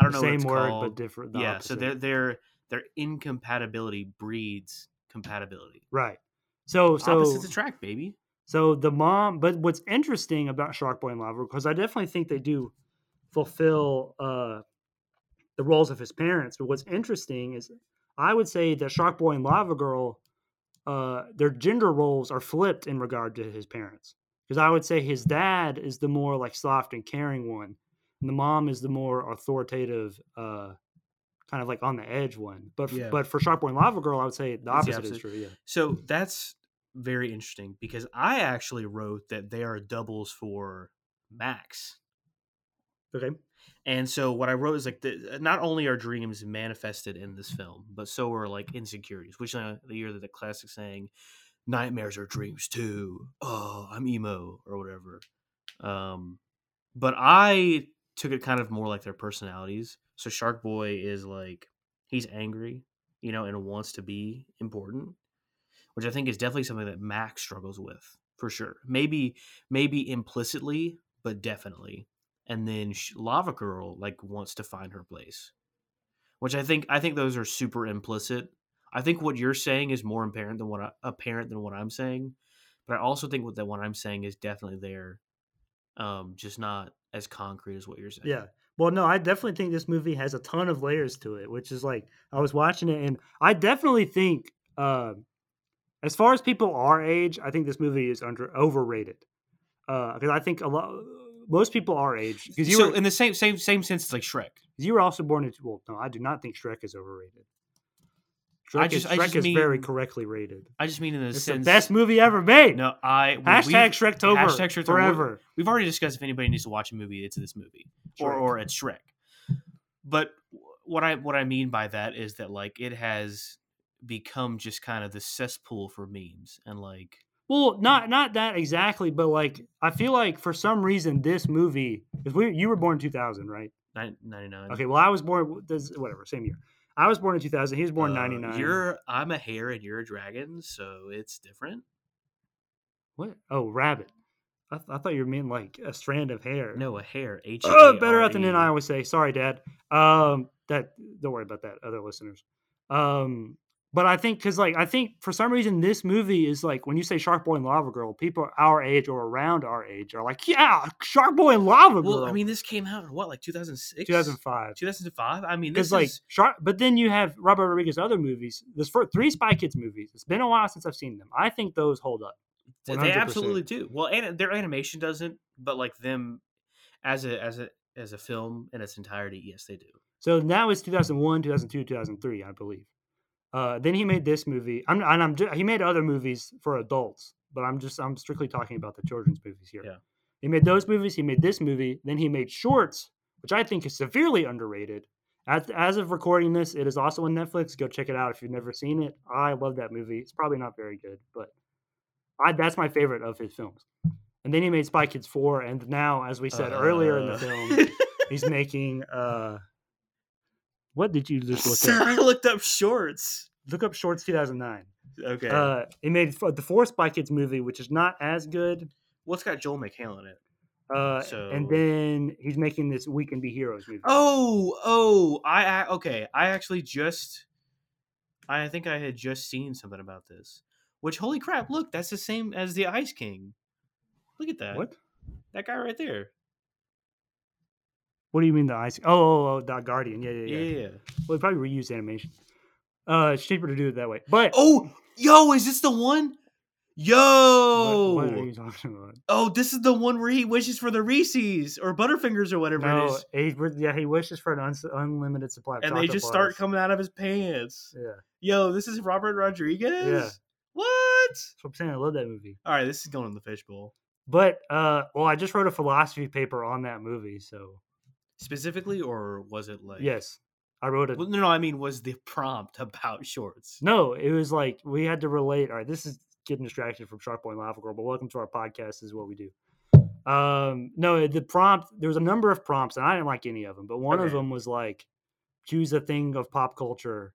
[SPEAKER 1] I don't know what
[SPEAKER 3] same
[SPEAKER 1] it's
[SPEAKER 3] word
[SPEAKER 1] called.
[SPEAKER 3] but different. the
[SPEAKER 1] yeah. So
[SPEAKER 3] opposite.
[SPEAKER 1] their their their incompatibility breeds compatibility.
[SPEAKER 3] right. So so
[SPEAKER 1] Opposites attract, baby.
[SPEAKER 3] So the mom, but what's interesting about Shark Boy and Lava, because I definitely think they do fulfill uh, the roles of his parents. But what's interesting is I would say that Shark Boy and Lava Girl, uh, their gender roles are flipped in regard to his parents. Because I would say his dad is the more like soft and caring one, and the mom is the more authoritative, uh, kind of like on the edge one. But f-
[SPEAKER 1] Yeah.
[SPEAKER 3] but for Shark Boy and Lava Girl, I would say the
[SPEAKER 1] It's the
[SPEAKER 3] opposite, is
[SPEAKER 1] opposite.
[SPEAKER 3] true. Yeah.
[SPEAKER 1] So that's very interesting because I actually wrote that they are doubles for Max.
[SPEAKER 3] Okay.
[SPEAKER 1] And so what I wrote is like the, not only are dreams manifested in this film, but so are like insecurities, which uh, the year that the classic saying, "Nightmares are dreams too." Oh, I'm emo or whatever. Um, but I took it kind of more like their personalities. So Shark Boy is like he's angry, you know, and wants to be important, which I think is definitely something that Max struggles with for sure. Maybe maybe implicitly, but definitely and then sh Lava Girl like wants to find her place, which I think I think those are super implicit. I think what you're saying is more apparent than what I, apparent than what I'm saying, but I also think what that what I'm saying is definitely there, um, just not as concrete as what you're saying.
[SPEAKER 3] Yeah. Well, no, I definitely think this movie has a ton of layers to it, which is like I was watching it, and I definitely think, uh, as far as people our age, I think this movie is under overrated because I think a lot most people our age because you
[SPEAKER 1] so
[SPEAKER 3] were
[SPEAKER 1] in the same same same sense, it's like Shrek.
[SPEAKER 3] you were also born in well, no, I do not think Shrek is overrated. Shrek,
[SPEAKER 1] just-
[SPEAKER 3] is,
[SPEAKER 1] I
[SPEAKER 3] Shrek
[SPEAKER 1] just
[SPEAKER 3] is very
[SPEAKER 1] mean-
[SPEAKER 3] correctly rated.
[SPEAKER 1] I just mean in the
[SPEAKER 3] It's
[SPEAKER 1] sense
[SPEAKER 3] the best movie ever made.
[SPEAKER 1] No, I when
[SPEAKER 3] hashtag
[SPEAKER 1] we've-
[SPEAKER 3] Shrektober
[SPEAKER 1] hashtag Shrektober.
[SPEAKER 3] forever.
[SPEAKER 1] We've already discussed if anybody needs to watch a movie, it's this movie. or
[SPEAKER 3] Shrek.
[SPEAKER 1] or at Shrek. But what I what I mean by that is that like it has become just kind of the cesspool for memes and like
[SPEAKER 3] Well, not not that exactly, but like I feel like for some reason this movie because we you were born in two thousand, right?
[SPEAKER 1] nine ninety nine.
[SPEAKER 3] Okay, well I was born this, whatever same year. I was born in two thousand. He was born in ninety nine.
[SPEAKER 1] Uh, You're I'm a hare and you're a dragon, so it's different.
[SPEAKER 3] what? Oh, rabbit. I, th- I thought you meant like a strand of hair.
[SPEAKER 1] No, a E. hare. H.
[SPEAKER 3] Oh, better at than I always say. Sorry, Dad. Um, that don't worry about that, other listeners. Um, but I think because like I think for some reason this movie is like when you say Shark Boy and Lava Girl, people our age or around our age are like, yeah, Shark Boy and Lava Girl.
[SPEAKER 1] Well, I mean, this came out in what like 2006,
[SPEAKER 3] 2005.
[SPEAKER 1] 2005. I mean, this
[SPEAKER 3] Because like
[SPEAKER 1] is
[SPEAKER 3] Shark, but then you have Robert Rodriguez other movies. There's for three Spy Kids movies. It's been a while since I've seen them. I think those hold up.
[SPEAKER 1] They- They
[SPEAKER 3] 100%.
[SPEAKER 1] absolutely do. Well, and their animation doesn't, but like them as a as a as a film in its entirety, yes, they do.
[SPEAKER 3] So now it's 2001, 2002, 2003, I believe. Uh, then he made this movie. I'm and I'm ju- he made other movies for adults, but I'm just I'm strictly talking about the children's movies here.
[SPEAKER 1] Yeah.
[SPEAKER 3] He made those movies. He made this movie. Then he made shorts, which I think is severely underrated. As, as of recording this, it is also on Netflix. Go check it out if you've never seen it. I love that movie. It's probably not very good, but I, that's my favorite of his films. And then he made Spy Kids 4, and now, as we said earlier in the
[SPEAKER 1] Uh,
[SPEAKER 3] film, He's making uh what did you just look
[SPEAKER 1] So
[SPEAKER 3] up?
[SPEAKER 1] I looked up shorts.
[SPEAKER 3] Look up Shorts 2009.
[SPEAKER 1] Okay.
[SPEAKER 3] Uh it made f- the fourth Spy Kids movie which is not as good.
[SPEAKER 1] well, it's got Joel McHale in it.
[SPEAKER 3] Uh and
[SPEAKER 1] So-
[SPEAKER 3] then he's making this We Can Be Heroes movie.
[SPEAKER 1] Oh, oh, I, I okay. I actually just, I think I had just seen something about this. Which holy crap! Look, that's the same as the Ice King. Look at that.
[SPEAKER 3] What?
[SPEAKER 1] That guy right there.
[SPEAKER 3] What do you mean the ice? Oh, oh, oh, the Guardian. Yeah, yeah,
[SPEAKER 1] Yeah.
[SPEAKER 3] yeah.
[SPEAKER 1] yeah.
[SPEAKER 3] Well, they probably reused animation. Uh, it's cheaper to do it that way. But
[SPEAKER 1] Oh, yo, is this the one?
[SPEAKER 3] What-
[SPEAKER 1] Yo.
[SPEAKER 3] what are you talking about?
[SPEAKER 1] Oh, this is the one where he wishes for the Reese's or Butterfingers or whatever it
[SPEAKER 3] No, uh,
[SPEAKER 1] is,
[SPEAKER 3] he, yeah, he wishes for an uns- unlimited supply of
[SPEAKER 1] and they
[SPEAKER 3] chocolate
[SPEAKER 1] just start
[SPEAKER 3] bars.
[SPEAKER 1] coming out of his pants.
[SPEAKER 3] Yeah.
[SPEAKER 1] Yo, this is Robert Rodriguez. What?
[SPEAKER 3] So I'm saying I love that movie.
[SPEAKER 1] All right, this is going in the fishbowl.
[SPEAKER 3] But uh, well, I just wrote a philosophy paper on that movie. So
[SPEAKER 1] Specifically, or was it like.
[SPEAKER 3] yes, I wrote it.
[SPEAKER 1] Well, no, no, I mean, was the prompt about shorts?
[SPEAKER 3] No, it was like we had to relate. All right, this is getting distracted from Shark Boy and Lava Girl, but welcome to our podcast. This is what we do. Um, no, the prompt. There was a number of prompts, and I didn't like any of them. But one of
[SPEAKER 1] Okay.
[SPEAKER 3] them was like, choose a thing of pop culture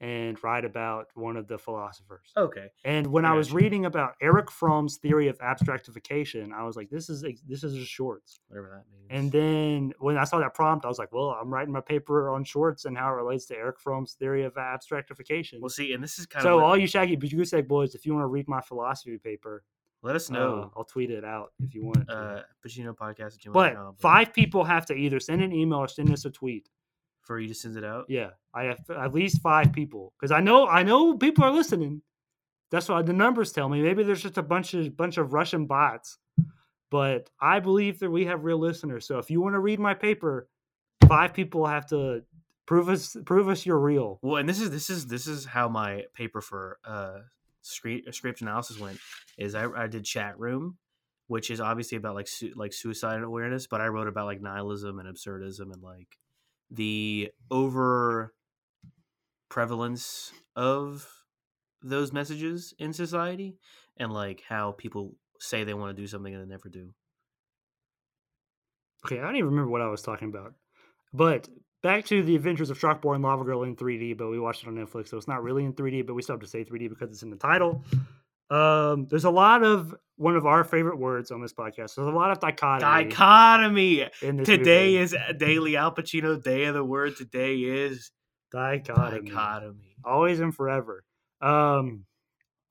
[SPEAKER 3] and write about one of the philosophers.
[SPEAKER 1] Okay.
[SPEAKER 3] And when
[SPEAKER 1] I
[SPEAKER 3] I was
[SPEAKER 1] Oh, gotcha.
[SPEAKER 3] reading about Eric Fromm's theory of abstractification, I was like, this is ex- this is just shorts.
[SPEAKER 1] Whatever that means.
[SPEAKER 3] And then when I saw that prompt, I was like, well, I'm writing my paper on shorts and how it relates to Eric Fromm's theory of abstractification.
[SPEAKER 1] Well, see, and this is kind
[SPEAKER 3] So
[SPEAKER 1] of.
[SPEAKER 3] all you Shaggy Goose Egg boys, if you want to read my philosophy paper,
[SPEAKER 1] let us
[SPEAKER 3] uh,
[SPEAKER 1] know.
[SPEAKER 3] I'll tweet it out if you want.
[SPEAKER 1] Uh,
[SPEAKER 3] to.
[SPEAKER 1] but you know, podcast. at gmail.com,
[SPEAKER 3] but five people have to either send an email or send us a tweet.
[SPEAKER 1] For you to send it out.
[SPEAKER 3] Yeah, I have at least five people because I know I know people are listening. That's why the numbers tell me. Maybe there's just a bunch of bunch of Russian bots, but I believe that we have real listeners. So if you want to read my paper, five people have to prove us prove us you're real.
[SPEAKER 1] Well, and this is this is this is how my paper for uh script script analysis went. Is I, I did chat room, which is obviously about like su- like suicide awareness, but I wrote about like nihilism and absurdism and like the over prevalence of those messages in society and like how people say they want to do something and they never do.
[SPEAKER 3] Okay, I don't even remember what I was talking about. But back to the Adventures of Sharkboy and Lava Girl in 3D, but we watched it on Netflix, so it's not really in 3D, but we still have to say 3D because it's in the title. Um, there's a lot of one of our favorite words on this podcast. There's a lot of dichotomy
[SPEAKER 1] Dichotomy.
[SPEAKER 3] in this
[SPEAKER 1] Today
[SPEAKER 3] movie.
[SPEAKER 1] is Daily Al Pacino Day of the Word. Today is
[SPEAKER 3] dichotomy.
[SPEAKER 1] dichotomy.
[SPEAKER 3] always and forever. Um,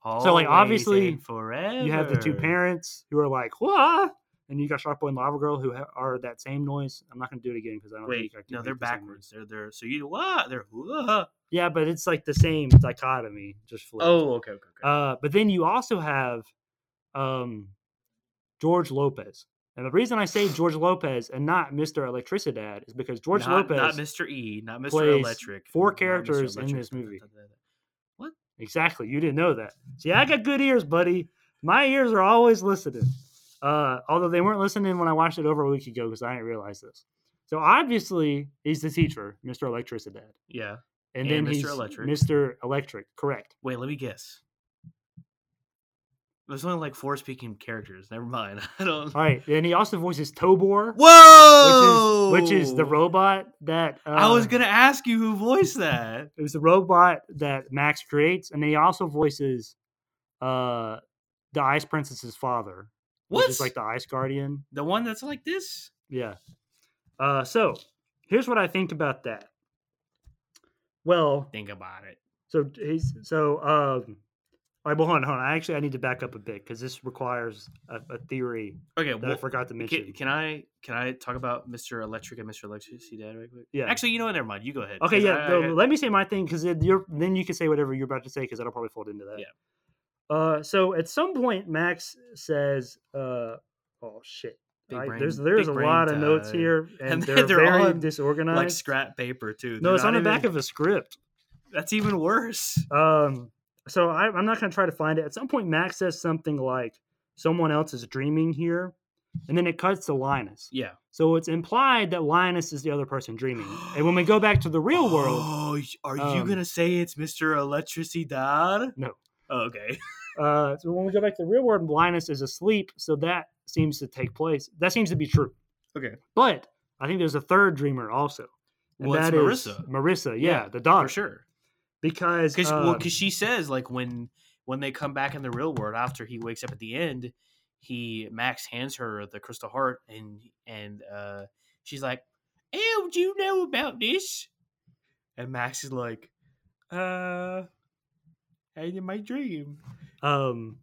[SPEAKER 1] Always
[SPEAKER 3] like, obviously,
[SPEAKER 1] and forever.
[SPEAKER 3] you have the two parents who are like, "What?" And you got Sharkboy and Lava Girl who ha- are that same noise. I'm not going to do it again because I don't
[SPEAKER 1] Wait,
[SPEAKER 3] think I can
[SPEAKER 1] no,
[SPEAKER 3] make
[SPEAKER 1] they're
[SPEAKER 3] the same
[SPEAKER 1] backwards. They're they're so you what? They're what?
[SPEAKER 3] Yeah, but it's like the same dichotomy, just flipped.
[SPEAKER 1] Oh, okay, okay, okay.
[SPEAKER 3] Uh, but then you also have um, George Lopez. And the reason I say George Lopez and not Mr. Electricidad is because George
[SPEAKER 1] not,
[SPEAKER 3] Lopez
[SPEAKER 1] not Mr. E, not Mr.
[SPEAKER 3] plays
[SPEAKER 1] Electric.
[SPEAKER 3] four
[SPEAKER 1] not Mr.
[SPEAKER 3] characters in
[SPEAKER 1] Electric.
[SPEAKER 3] this movie.
[SPEAKER 1] What?
[SPEAKER 3] Exactly. You didn't know that. See,
[SPEAKER 1] Hmm.
[SPEAKER 3] I got good ears, buddy. My ears are always listening. Uh, although they weren't listening when I watched it over a week ago because I didn't realize this. So obviously, he's the teacher, Mr. Electricidad.
[SPEAKER 1] Yeah.
[SPEAKER 3] And,
[SPEAKER 1] And
[SPEAKER 3] then
[SPEAKER 1] Mr.
[SPEAKER 3] he's
[SPEAKER 1] Electric.
[SPEAKER 3] Mr. Electric, correct.
[SPEAKER 1] Wait, let me guess. There's only like four speaking characters. Never mind. I don't.
[SPEAKER 3] All right. And he also voices Tobor,
[SPEAKER 1] Whoa!
[SPEAKER 3] which is which is the robot that uh,
[SPEAKER 1] I was gonna ask you who voiced that.
[SPEAKER 3] It was the robot that Max creates, and he also voices uh the Ice Princess's father,
[SPEAKER 1] What?
[SPEAKER 3] which is like the Ice Guardian.
[SPEAKER 1] the one that's like this?
[SPEAKER 3] Yeah. Uh, so here's what I think about that. Well,
[SPEAKER 1] Think about it.
[SPEAKER 3] so he's so um. All right, well, hold on, hold on. I actually I need to back up a bit because this requires a, a theory
[SPEAKER 1] Okay,
[SPEAKER 3] that I
[SPEAKER 1] well,
[SPEAKER 3] forgot to mention.
[SPEAKER 1] Can, can I can I talk about Mr. Electric and Mr. Electricity Dad right quick?
[SPEAKER 3] Yeah.
[SPEAKER 1] Actually, you know what? Never mind. You go ahead.
[SPEAKER 3] Okay,
[SPEAKER 1] 'cause
[SPEAKER 3] yeah.
[SPEAKER 1] I- I-
[SPEAKER 3] no, let me say my thing because you're then you can say whatever you're about to say because that'll probably fold into that. Yeah. Uh, so at some point, Max says, uh, "Oh shit."
[SPEAKER 1] Big
[SPEAKER 3] I-
[SPEAKER 1] brain-
[SPEAKER 3] there's there's
[SPEAKER 1] big
[SPEAKER 3] a
[SPEAKER 1] brain
[SPEAKER 3] lot of notes
[SPEAKER 1] time.
[SPEAKER 3] here, and,
[SPEAKER 1] And
[SPEAKER 3] they're,
[SPEAKER 1] they're
[SPEAKER 3] very
[SPEAKER 1] on,
[SPEAKER 3] disorganized.
[SPEAKER 1] like scrap paper too.
[SPEAKER 3] no,
[SPEAKER 1] They're
[SPEAKER 3] it's on the
[SPEAKER 1] not
[SPEAKER 3] back
[SPEAKER 1] even-
[SPEAKER 3] of a script.
[SPEAKER 1] That's even worse.
[SPEAKER 3] Um, so I, I'm not gonna try to find it. At some point, Max says something like, "Someone else is dreaming here," and then it cuts to Linus.
[SPEAKER 1] Yeah.
[SPEAKER 3] So it's implied that Linus is the other person dreaming. And when we go back to the real world,
[SPEAKER 1] Oh, y- are you
[SPEAKER 3] um,
[SPEAKER 1] gonna say it's Mr. Electricity Dad?
[SPEAKER 3] No.
[SPEAKER 1] Oh, okay.
[SPEAKER 3] Uh, so when we go back to the real world, Linus is asleep, so that seems to take place. That seems to be true.
[SPEAKER 1] Okay.
[SPEAKER 3] But I think there's a third dreamer also. And
[SPEAKER 1] Well, it's
[SPEAKER 3] that is
[SPEAKER 1] Marissa.
[SPEAKER 3] Marissa, yeah,
[SPEAKER 1] Yeah,
[SPEAKER 3] the daughter.
[SPEAKER 1] For sure.
[SPEAKER 3] Because
[SPEAKER 1] Because
[SPEAKER 3] um,
[SPEAKER 1] she says like when when they come back in the real world after he wakes up at the end, he Max hands her the crystal heart and and uh, she's like, "Oh, do you know about this?" And Max is like, "Uh, and in my dream."
[SPEAKER 3] um,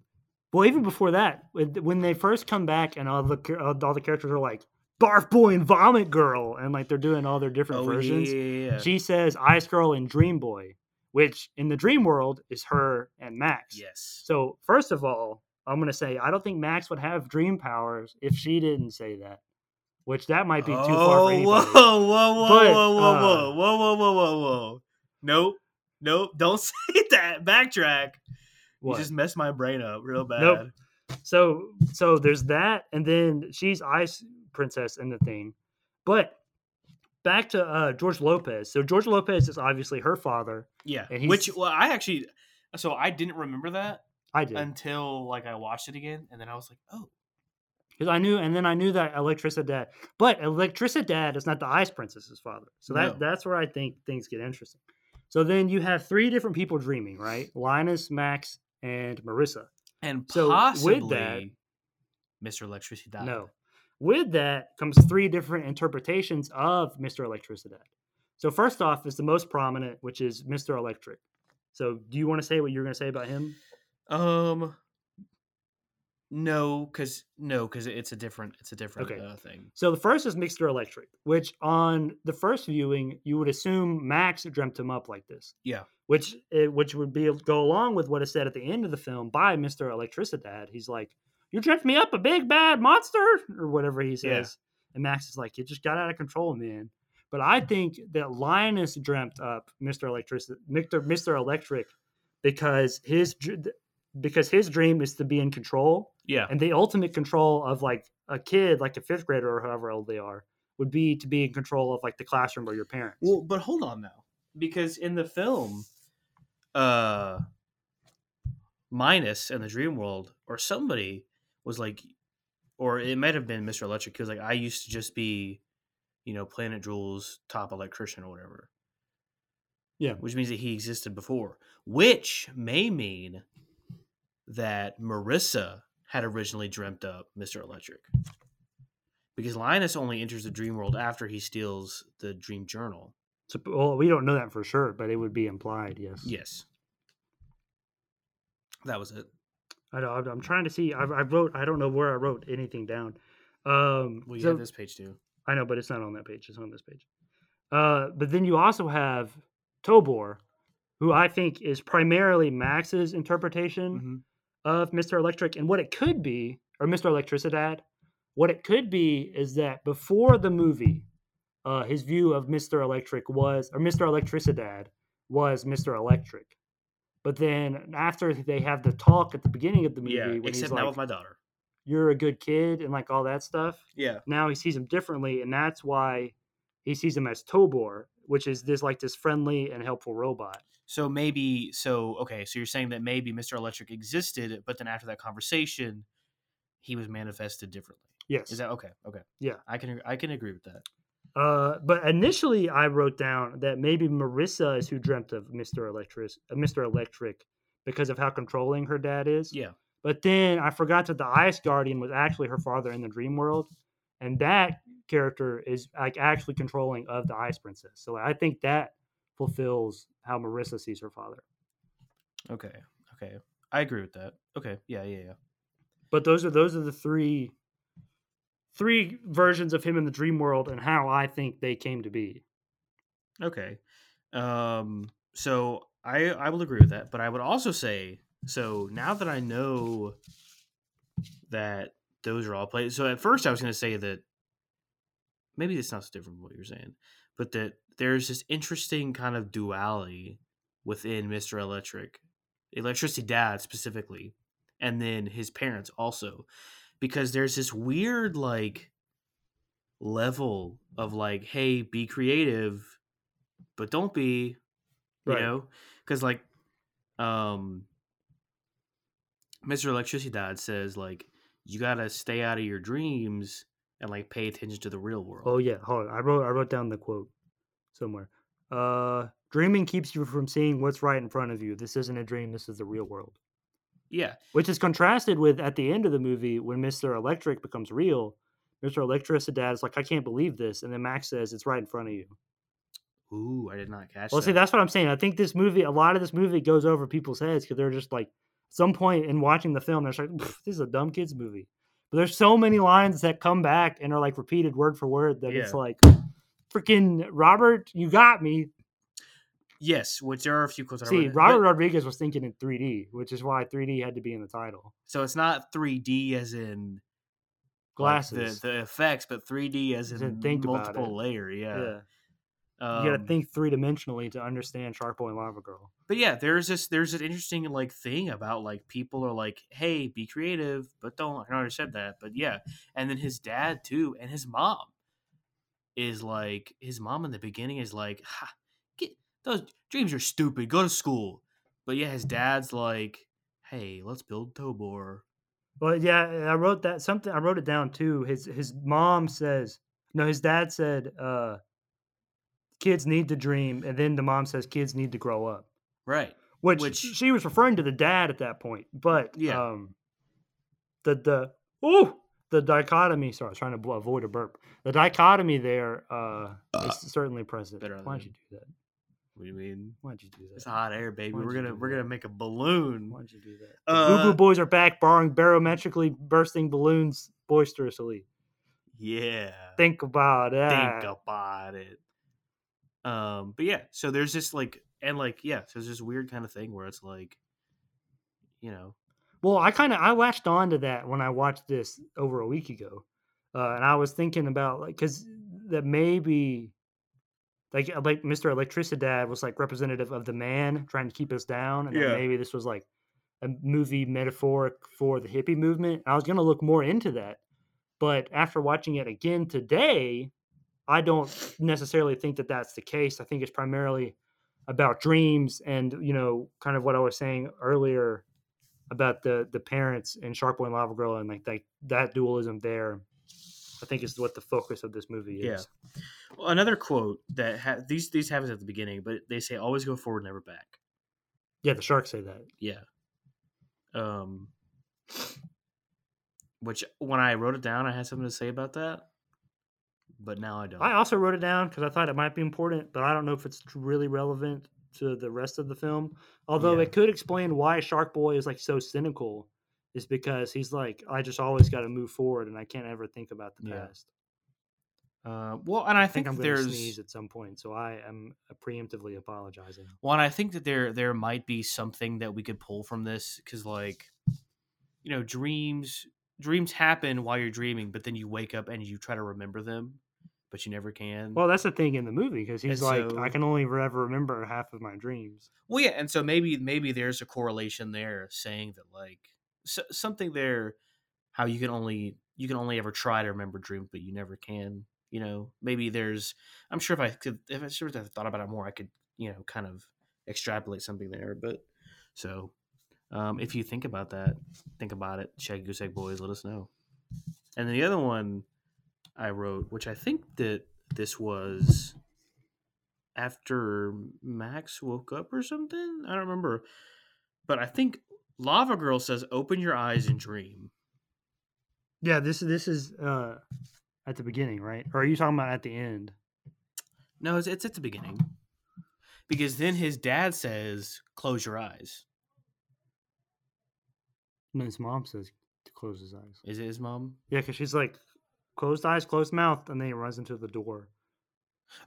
[SPEAKER 3] well, even before that, when when they first come back and all the char- all the characters are like Barf Boy and Vomit Girl, and like they're doing all their different versions.
[SPEAKER 1] Oh, yeah, yeah, yeah.
[SPEAKER 3] She says Ice Girl and Dream Boy, which in the dream world is her and Max.
[SPEAKER 1] yes.
[SPEAKER 3] So first of all, I'm gonna say I don't think Max would have dream powers if she didn't say that, which that might be too far
[SPEAKER 1] Oh,
[SPEAKER 3] for anybody.
[SPEAKER 1] Whoa, whoa, whoa,
[SPEAKER 3] But,
[SPEAKER 1] whoa, whoa,
[SPEAKER 3] uh,
[SPEAKER 1] whoa, whoa, whoa, whoa, whoa, whoa. Nope, nope. Don't say that. Backtrack. You just messed my brain up real bad.
[SPEAKER 3] Nope. So so there's that, and then she's Ice Princess in the thing. But back to uh, George Lopez. So George Lopez is obviously her father.
[SPEAKER 1] Yeah.
[SPEAKER 3] And he's-
[SPEAKER 1] Which well, I actually so I didn't remember that
[SPEAKER 3] I did
[SPEAKER 1] until like I watched it again, and then I was like, oh,
[SPEAKER 3] because I knew, and then I knew that Electricidad. But Electricidad is not the Ice Princess's father. So
[SPEAKER 1] No.
[SPEAKER 3] that that's where I think things get interesting. So then you have three different people dreaming, right? Linus, Max, and Marissa.
[SPEAKER 1] and
[SPEAKER 3] So,
[SPEAKER 1] possibly
[SPEAKER 3] with that-
[SPEAKER 1] Mr. Electricity died.
[SPEAKER 3] No. With that comes three different interpretations of Mr. Electricidad. So first off is the most prominent, which is Mr. Electric. So do you want to say what you're going to say about him?
[SPEAKER 1] Um. No, because no, because it's a different, it's a different
[SPEAKER 3] Okay.
[SPEAKER 1] uh, thing.
[SPEAKER 3] So the first is Mr. Electric, which on the first viewing you would assume Max dreamt him up like this.
[SPEAKER 1] Yeah.
[SPEAKER 3] Which eh, which would be go along with what is said at the end of the film by Mr. Electricidad. He's like, "You dreamt me up a big bad monster," or whatever he says.
[SPEAKER 1] Yeah.
[SPEAKER 3] And Max is like, "It just got out of control, man." But I think that Linus dreamt up Mr. Electric, Mr. Mr. Electric, because his dr- because his dream is to be in control
[SPEAKER 1] Yeah,
[SPEAKER 3] and the ultimate control of like a kid like a fifth grader or however old they are would be to be in control of like the classroom or your parents
[SPEAKER 1] Well, but hold on though, because in the film, uh, Minus and the Dream World, or somebody was like, or it might have been Mister Electric, because like I used to just be, you know, Planet Jules top electrician or whatever.
[SPEAKER 3] Yeah.
[SPEAKER 1] which means that he existed before, which may mean that Marissa had originally dreamt up Mister Electric. Because Linus only enters the dream world after he steals the dream journal.
[SPEAKER 3] so, well we don't know that for sure but it would be implied yes
[SPEAKER 1] Yes. That was it.
[SPEAKER 3] i know i'm, I'm trying to see I, I wrote i don't know where i wrote anything down um
[SPEAKER 1] Well, you
[SPEAKER 3] so-
[SPEAKER 1] had this page too.
[SPEAKER 3] i know but it's not on that page it's on this page uh but then you also have tobor who i think is primarily max's interpretation
[SPEAKER 1] Mm-hmm.
[SPEAKER 3] of Mr. Electric. And what it could be, or Mr. Electricidad, what it could be is that before the movie, uh, his view of Mr. Electric was, or Mr. Electricidad was Mr. Electric. But then after they have the talk at the beginning of the movie,
[SPEAKER 1] Yeah,
[SPEAKER 3] when he's
[SPEAKER 1] except
[SPEAKER 3] like,
[SPEAKER 1] now with my daughter.
[SPEAKER 3] you're a good kid and like all that stuff,
[SPEAKER 1] Yeah.
[SPEAKER 3] now he sees him differently. And that's why he sees him as Tobor, which is this like this friendly and helpful robot.
[SPEAKER 1] So maybe, so, okay, so you're saying that maybe Mr. Electric existed, but then after that conversation, he was manifested differently.
[SPEAKER 3] Yes.
[SPEAKER 1] Is that okay? Okay.
[SPEAKER 3] Yeah.
[SPEAKER 1] I can I can agree with that.
[SPEAKER 3] Uh, but initially, I wrote down that maybe Marissa is who dreamt of Mister Electric, uh, Mister Electric, because of how controlling her dad is.
[SPEAKER 1] Yeah.
[SPEAKER 3] But then I forgot that the Ice Guardian was actually her father in the Dream World, and that character is like actually controlling of the Ice Princess. So I think that fulfills how Marissa sees her father.
[SPEAKER 1] Okay. Okay. I agree with that. Okay. Yeah, yeah, yeah.
[SPEAKER 3] But those are those are the three three versions of him in the Dream World and how I think they came to be.
[SPEAKER 1] Okay. Um so I I will agree with that, but I would also say so now that I know that those are all plays. So at first I was going to say that maybe it's not so different from what you're saying, but that there's this interesting kind of duality within Mr. Electric, Electricity Dad specifically, and then his parents also because there's this weird like level of like hey be creative but don't be you
[SPEAKER 3] Right.
[SPEAKER 1] know because like um mr electricity dad says like you gotta stay out of your dreams and like pay attention to the real world
[SPEAKER 3] Oh yeah, hold on. I wrote I wrote down the quote somewhere. Uh dreaming keeps you from seeing what's right in front of you. This isn't a dream, this is the real world.
[SPEAKER 1] yeah
[SPEAKER 3] Which is contrasted with at the end of the movie when Mr. Electric becomes real. Mr. Electricidad is like, I can't believe this. And then Max says, It's right in front of you.
[SPEAKER 1] ooh i did not catch
[SPEAKER 3] Well, see, that's what I'm saying. I think this movie, a lot of this movie goes over people's heads because they're just like, at some point in watching the film, they're just like, "Pff, this is a dumb kids movie. But there's so many lines that come back and are like repeated word for word that it's
[SPEAKER 1] Yeah.
[SPEAKER 3] like, freaking Robert, you got me.
[SPEAKER 1] yes which there are a few quotes I
[SPEAKER 3] See,
[SPEAKER 1] wrote-
[SPEAKER 3] Robert
[SPEAKER 1] but-
[SPEAKER 3] Rodriguez was thinking in 3D, which is why 3D had to be in the title.
[SPEAKER 1] so it's not 3d as in like,
[SPEAKER 3] Glasses.
[SPEAKER 1] the, the effects but 3d as
[SPEAKER 3] As
[SPEAKER 1] in
[SPEAKER 3] in think about
[SPEAKER 1] multiple
[SPEAKER 3] it.
[SPEAKER 1] layer yeah. Um,
[SPEAKER 3] you got to think three dimensionally to understand Shark Boy and Lava Girl.
[SPEAKER 1] But yeah, there's this there's this interesting like thing about like people are like, hey, be creative, but don't. I know I already said that, but yeah. And then his dad too, and his mom is like, his mom in the beginning is like, ha, get those dreams are stupid. Go to school. But yeah, his dad's like, hey, let's build Tobor.
[SPEAKER 3] Well, yeah, and I wrote that something. I wrote it down too. His his mom says no. His dad said, uh, "Kids need to dream," and then the mom says, "Kids need to grow up,"
[SPEAKER 1] Right.
[SPEAKER 3] which,
[SPEAKER 1] Which-
[SPEAKER 3] she was referring to the dad at that point. But
[SPEAKER 1] Yeah.
[SPEAKER 3] um, the the oh the dichotomy. Sorry, I was trying to bl- avoid a burp. The dichotomy there uh, is certainly present.
[SPEAKER 1] Better on
[SPEAKER 3] Why'd
[SPEAKER 1] the-
[SPEAKER 3] you do that?
[SPEAKER 1] What do you mean?
[SPEAKER 3] Why'd you do that?
[SPEAKER 1] It's hot air, baby.
[SPEAKER 3] Why'd
[SPEAKER 1] We're
[SPEAKER 3] you
[SPEAKER 1] gonna
[SPEAKER 3] do
[SPEAKER 1] we're
[SPEAKER 3] that?
[SPEAKER 1] gonna make a balloon.
[SPEAKER 3] Why'd you do that? The Boo
[SPEAKER 1] Uh,
[SPEAKER 3] Boo Boys are back, borrowing barometrically bursting balloons boisterously.
[SPEAKER 1] Yeah.
[SPEAKER 3] Think about it.
[SPEAKER 1] Think about it. Um, but yeah, so there's this like and like yeah, so there's this weird kind of thing where it's like, you know,
[SPEAKER 3] Well, I kind of I latched on to that when I watched this over a week ago, uh, and I was thinking about like because that maybe like uh, like Mr. Electricidad was like representative of the man trying to keep us down, and that
[SPEAKER 1] Yeah.
[SPEAKER 3] maybe this was like a movie metaphoric for the hippie movement. I was gonna look more into that, but after watching it again today, I don't necessarily think that that's the case. I think it's primarily about dreams and you know kind of what I was saying earlier about the the parents and Shark Boy and Lava Girl and like that that dualism there. I think is what the focus of this movie is.
[SPEAKER 1] Yeah. Well, another quote that ha- these these happens at the beginning, but they say always go forward, never back.
[SPEAKER 3] Yeah, the sharks say that.
[SPEAKER 1] Yeah. Um. Which when I wrote it down, I had something to say about that, but now I don't.
[SPEAKER 3] I also wrote it down because I thought it might be important, but I don't know if it's tr- really relevant to the rest of the film. Although
[SPEAKER 1] Yeah.
[SPEAKER 3] it could explain why Shark Boy is like so cynical, is because he's like, I just always got to move forward and I can't ever think about the
[SPEAKER 1] Yeah.
[SPEAKER 3] past.
[SPEAKER 1] uh, well, and I,
[SPEAKER 3] I think,
[SPEAKER 1] think,
[SPEAKER 3] I'm going to
[SPEAKER 1] there's
[SPEAKER 3] sneeze at some point, so I am uh, preemptively apologizing.
[SPEAKER 1] one i think that there there might be something that we could pull from this because like you know dreams dreams happen while you're dreaming but then you wake up and you try to remember them but you never can
[SPEAKER 3] Well, that's the thing in the movie because he's
[SPEAKER 1] And
[SPEAKER 3] like, I
[SPEAKER 1] so-
[SPEAKER 3] can only ever remember half of my dreams.
[SPEAKER 1] Well, yeah, and so maybe maybe there's a correlation there, saying that like so, something there, how you can only you can only ever try to remember dreams, but you never can. You know, maybe there's. I'm sure if I could, if I sure if I thought about it more, I could, you know, kind of extrapolate something there. But so, um, if you think about that, think about it. Shaggy Goose Egg Boys, let us know. And then the other one I wrote, which I think that this was after Max woke up or something. I don't remember. But I think Lava Girl says, open your eyes and dream.
[SPEAKER 3] Yeah, this this is uh, at the beginning, right? Or are you talking about at the end?
[SPEAKER 1] No, it's, it's at the beginning. Because then his dad says, close your eyes.
[SPEAKER 3] And his mom says to close his eyes.
[SPEAKER 1] Is it his mom?
[SPEAKER 3] Yeah, because she's like closed eyes, closed mouth, and then he runs into the door.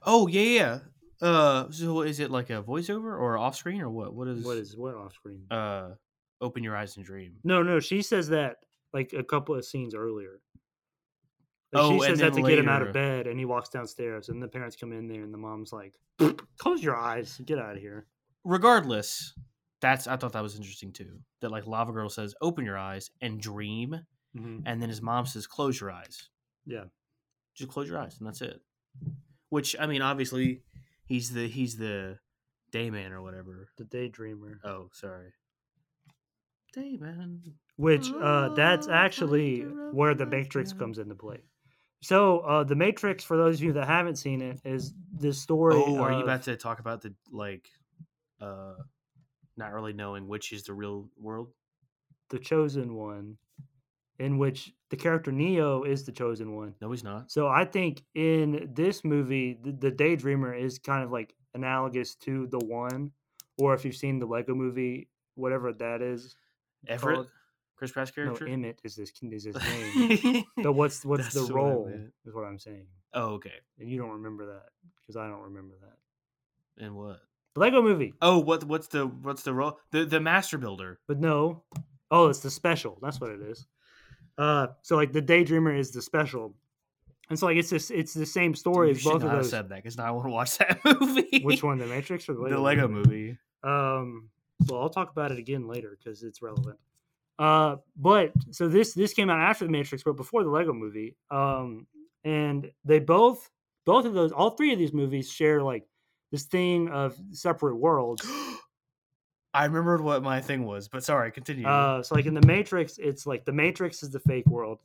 [SPEAKER 1] Oh, yeah, yeah. yeah. Uh, so is it like a voiceover or off screen or what? What is,
[SPEAKER 3] What is what off screen?
[SPEAKER 1] uh, open your eyes and dream?
[SPEAKER 3] no, no, she says that like a couple of scenes earlier. Like,
[SPEAKER 1] Oh, and
[SPEAKER 3] she says that to
[SPEAKER 1] then
[SPEAKER 3] get him out of
[SPEAKER 1] later-
[SPEAKER 3] bed, and he walks downstairs, and the parents come in there, and the mom's like, "Close your eyes, get out of here."
[SPEAKER 1] Regardless, that's, I thought that was interesting too. That like Lava Girl says, open your eyes and dream.
[SPEAKER 3] Mm-hmm.
[SPEAKER 1] and then his mom says, "Close your eyes."
[SPEAKER 3] Yeah.
[SPEAKER 1] just close your eyes, and that's it. Which I mean, obviously, he's the he's the day man or whatever.
[SPEAKER 3] The daydreamer,
[SPEAKER 1] Oh, sorry, day man.
[SPEAKER 3] which uh, that's
[SPEAKER 1] Oh,
[SPEAKER 3] actually
[SPEAKER 1] wonder
[SPEAKER 3] where the
[SPEAKER 1] about
[SPEAKER 3] Matrix
[SPEAKER 1] that.
[SPEAKER 3] comes into play. So, uh, the Matrix, for those of you that haven't seen it, is this story.
[SPEAKER 1] Oh, are you
[SPEAKER 3] of-
[SPEAKER 1] about to talk about the like, uh, not really knowing which is the real world?
[SPEAKER 3] the chosen one in which the character neo is the chosen one
[SPEAKER 1] No, he's not.
[SPEAKER 3] so i think in this movie the, the daydreamer is kind of like analogous to the one or if you've seen the lego movie whatever that is
[SPEAKER 1] Everett,
[SPEAKER 3] called-
[SPEAKER 1] Chris Pratt's
[SPEAKER 3] no
[SPEAKER 1] character.
[SPEAKER 3] emmett is this is his name but what's what's
[SPEAKER 1] That's
[SPEAKER 3] the
[SPEAKER 1] what I
[SPEAKER 3] role
[SPEAKER 1] meant.
[SPEAKER 3] is what i'm saying
[SPEAKER 1] oh, okay.
[SPEAKER 3] and you don't remember that because i don't remember that
[SPEAKER 1] And what?
[SPEAKER 3] the lego movie
[SPEAKER 1] Oh, what? What's the what's the role? The the master builder.
[SPEAKER 3] but no oh it's the special that's what it is uh so like the daydreamer is the special And so like it's this it's the same story
[SPEAKER 1] You
[SPEAKER 3] as
[SPEAKER 1] should
[SPEAKER 3] both
[SPEAKER 1] not
[SPEAKER 3] of
[SPEAKER 1] have
[SPEAKER 3] those.
[SPEAKER 1] said that because now I want to watch that movie.
[SPEAKER 3] Which one, the Matrix or the Lego?
[SPEAKER 1] The Lego movie.
[SPEAKER 3] Um, well, I'll talk about it again later because it's relevant. Uh, but so this this came out after the Matrix, but before the Lego Movie. Um, and they both both of those all three of these movies share like this thing of separate worlds.
[SPEAKER 1] I remembered what my thing was, but sorry, continue.
[SPEAKER 3] Uh, so like in the Matrix, it's like the Matrix is the fake world,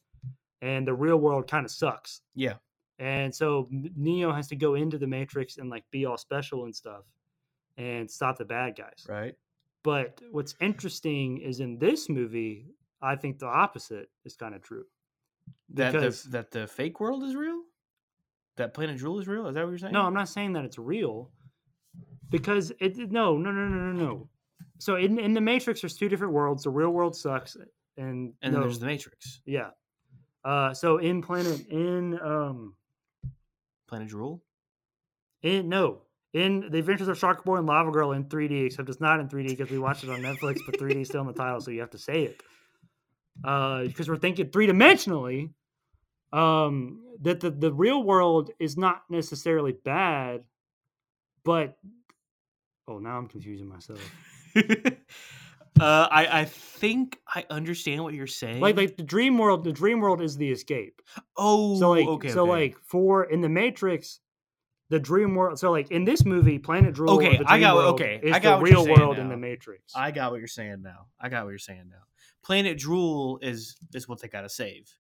[SPEAKER 3] and the real world kind of sucks.
[SPEAKER 1] Yeah.
[SPEAKER 3] And so M- Neo has to go into the Matrix and like be all special and stuff, and stop the bad guys.
[SPEAKER 1] right?
[SPEAKER 3] But what's interesting is in this movie, I think the opposite is kind of true.
[SPEAKER 1] That
[SPEAKER 3] because-
[SPEAKER 1] the, that the fake world is real. That Planet Jewel is real. Is that what you're saying?
[SPEAKER 3] No, I'm not saying that it's real because it it- no, no, no, no, no, no. So in in the Matrix there's two different worlds. The real world sucks and
[SPEAKER 1] And
[SPEAKER 3] no,
[SPEAKER 1] then there's the Matrix.
[SPEAKER 3] yeah. Uh so in planet in um
[SPEAKER 1] Planet Jewel.
[SPEAKER 3] in no in the Adventures of Shark Boy and Lava Girl in 3D, except it's not in 3D because we watched it on Netflix, but 3D is still in the title, so you have to say it. Uh, because we're thinking three dimensionally, um, that the, the real world is not necessarily bad, but oh, now I'm confusing myself.
[SPEAKER 1] uh,
[SPEAKER 3] Uh,
[SPEAKER 1] I I think I understand what you're saying.
[SPEAKER 3] Like, like the dream world, the dream world is the escape.
[SPEAKER 1] oh,
[SPEAKER 3] so like
[SPEAKER 1] okay,
[SPEAKER 3] so
[SPEAKER 1] okay.
[SPEAKER 3] like for in the matrix the dream world so like in this movie planet drool
[SPEAKER 1] Okay,
[SPEAKER 3] the
[SPEAKER 1] I
[SPEAKER 3] dream
[SPEAKER 1] got-
[SPEAKER 3] world
[SPEAKER 1] okay,
[SPEAKER 3] is
[SPEAKER 1] I got
[SPEAKER 3] the
[SPEAKER 1] what you're
[SPEAKER 3] real
[SPEAKER 1] saying
[SPEAKER 3] world in
[SPEAKER 1] now.
[SPEAKER 3] the matrix
[SPEAKER 1] I got what you're saying now. I got what you're saying now. Planet Drool is is what they gotta save,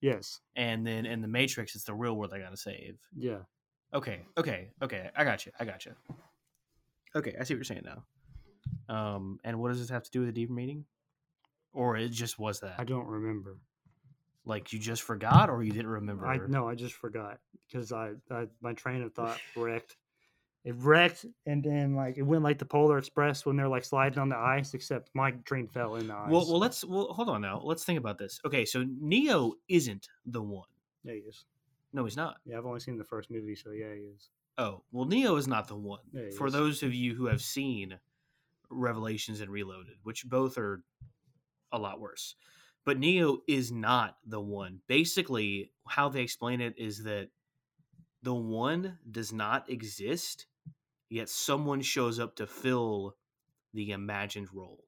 [SPEAKER 3] yes
[SPEAKER 1] and then in the Matrix, it's the real world they gotta save.
[SPEAKER 3] yeah
[SPEAKER 1] Okay, okay, okay. I got you. I got you. Okay, I see what you're saying now. Um, and what does this have to do with the deeper meaning? Or it just was that
[SPEAKER 3] i don't remember
[SPEAKER 1] like you just forgot, or you didn't remember?
[SPEAKER 3] i no i just forgot because I, I my train of thought wrecked it wrecked and then like it went like the polar express when they're like sliding on the ice except my train fell in the ice
[SPEAKER 1] Well, well, let's well hold on now. Let's think about this. Okay, so Neo isn't the one.
[SPEAKER 3] yeah he is
[SPEAKER 1] No, he's not.
[SPEAKER 3] yeah i've only seen the first movie so yeah he is
[SPEAKER 1] Oh, well, Neo is not the one.
[SPEAKER 3] Yeah, he
[SPEAKER 1] For
[SPEAKER 3] is.
[SPEAKER 1] those of you who have seen Revelations and Reloaded, which both are a lot worse, but Neo is not the one. Basically, how they explain it is that the one does not exist, yet someone shows up to fill the imagined role.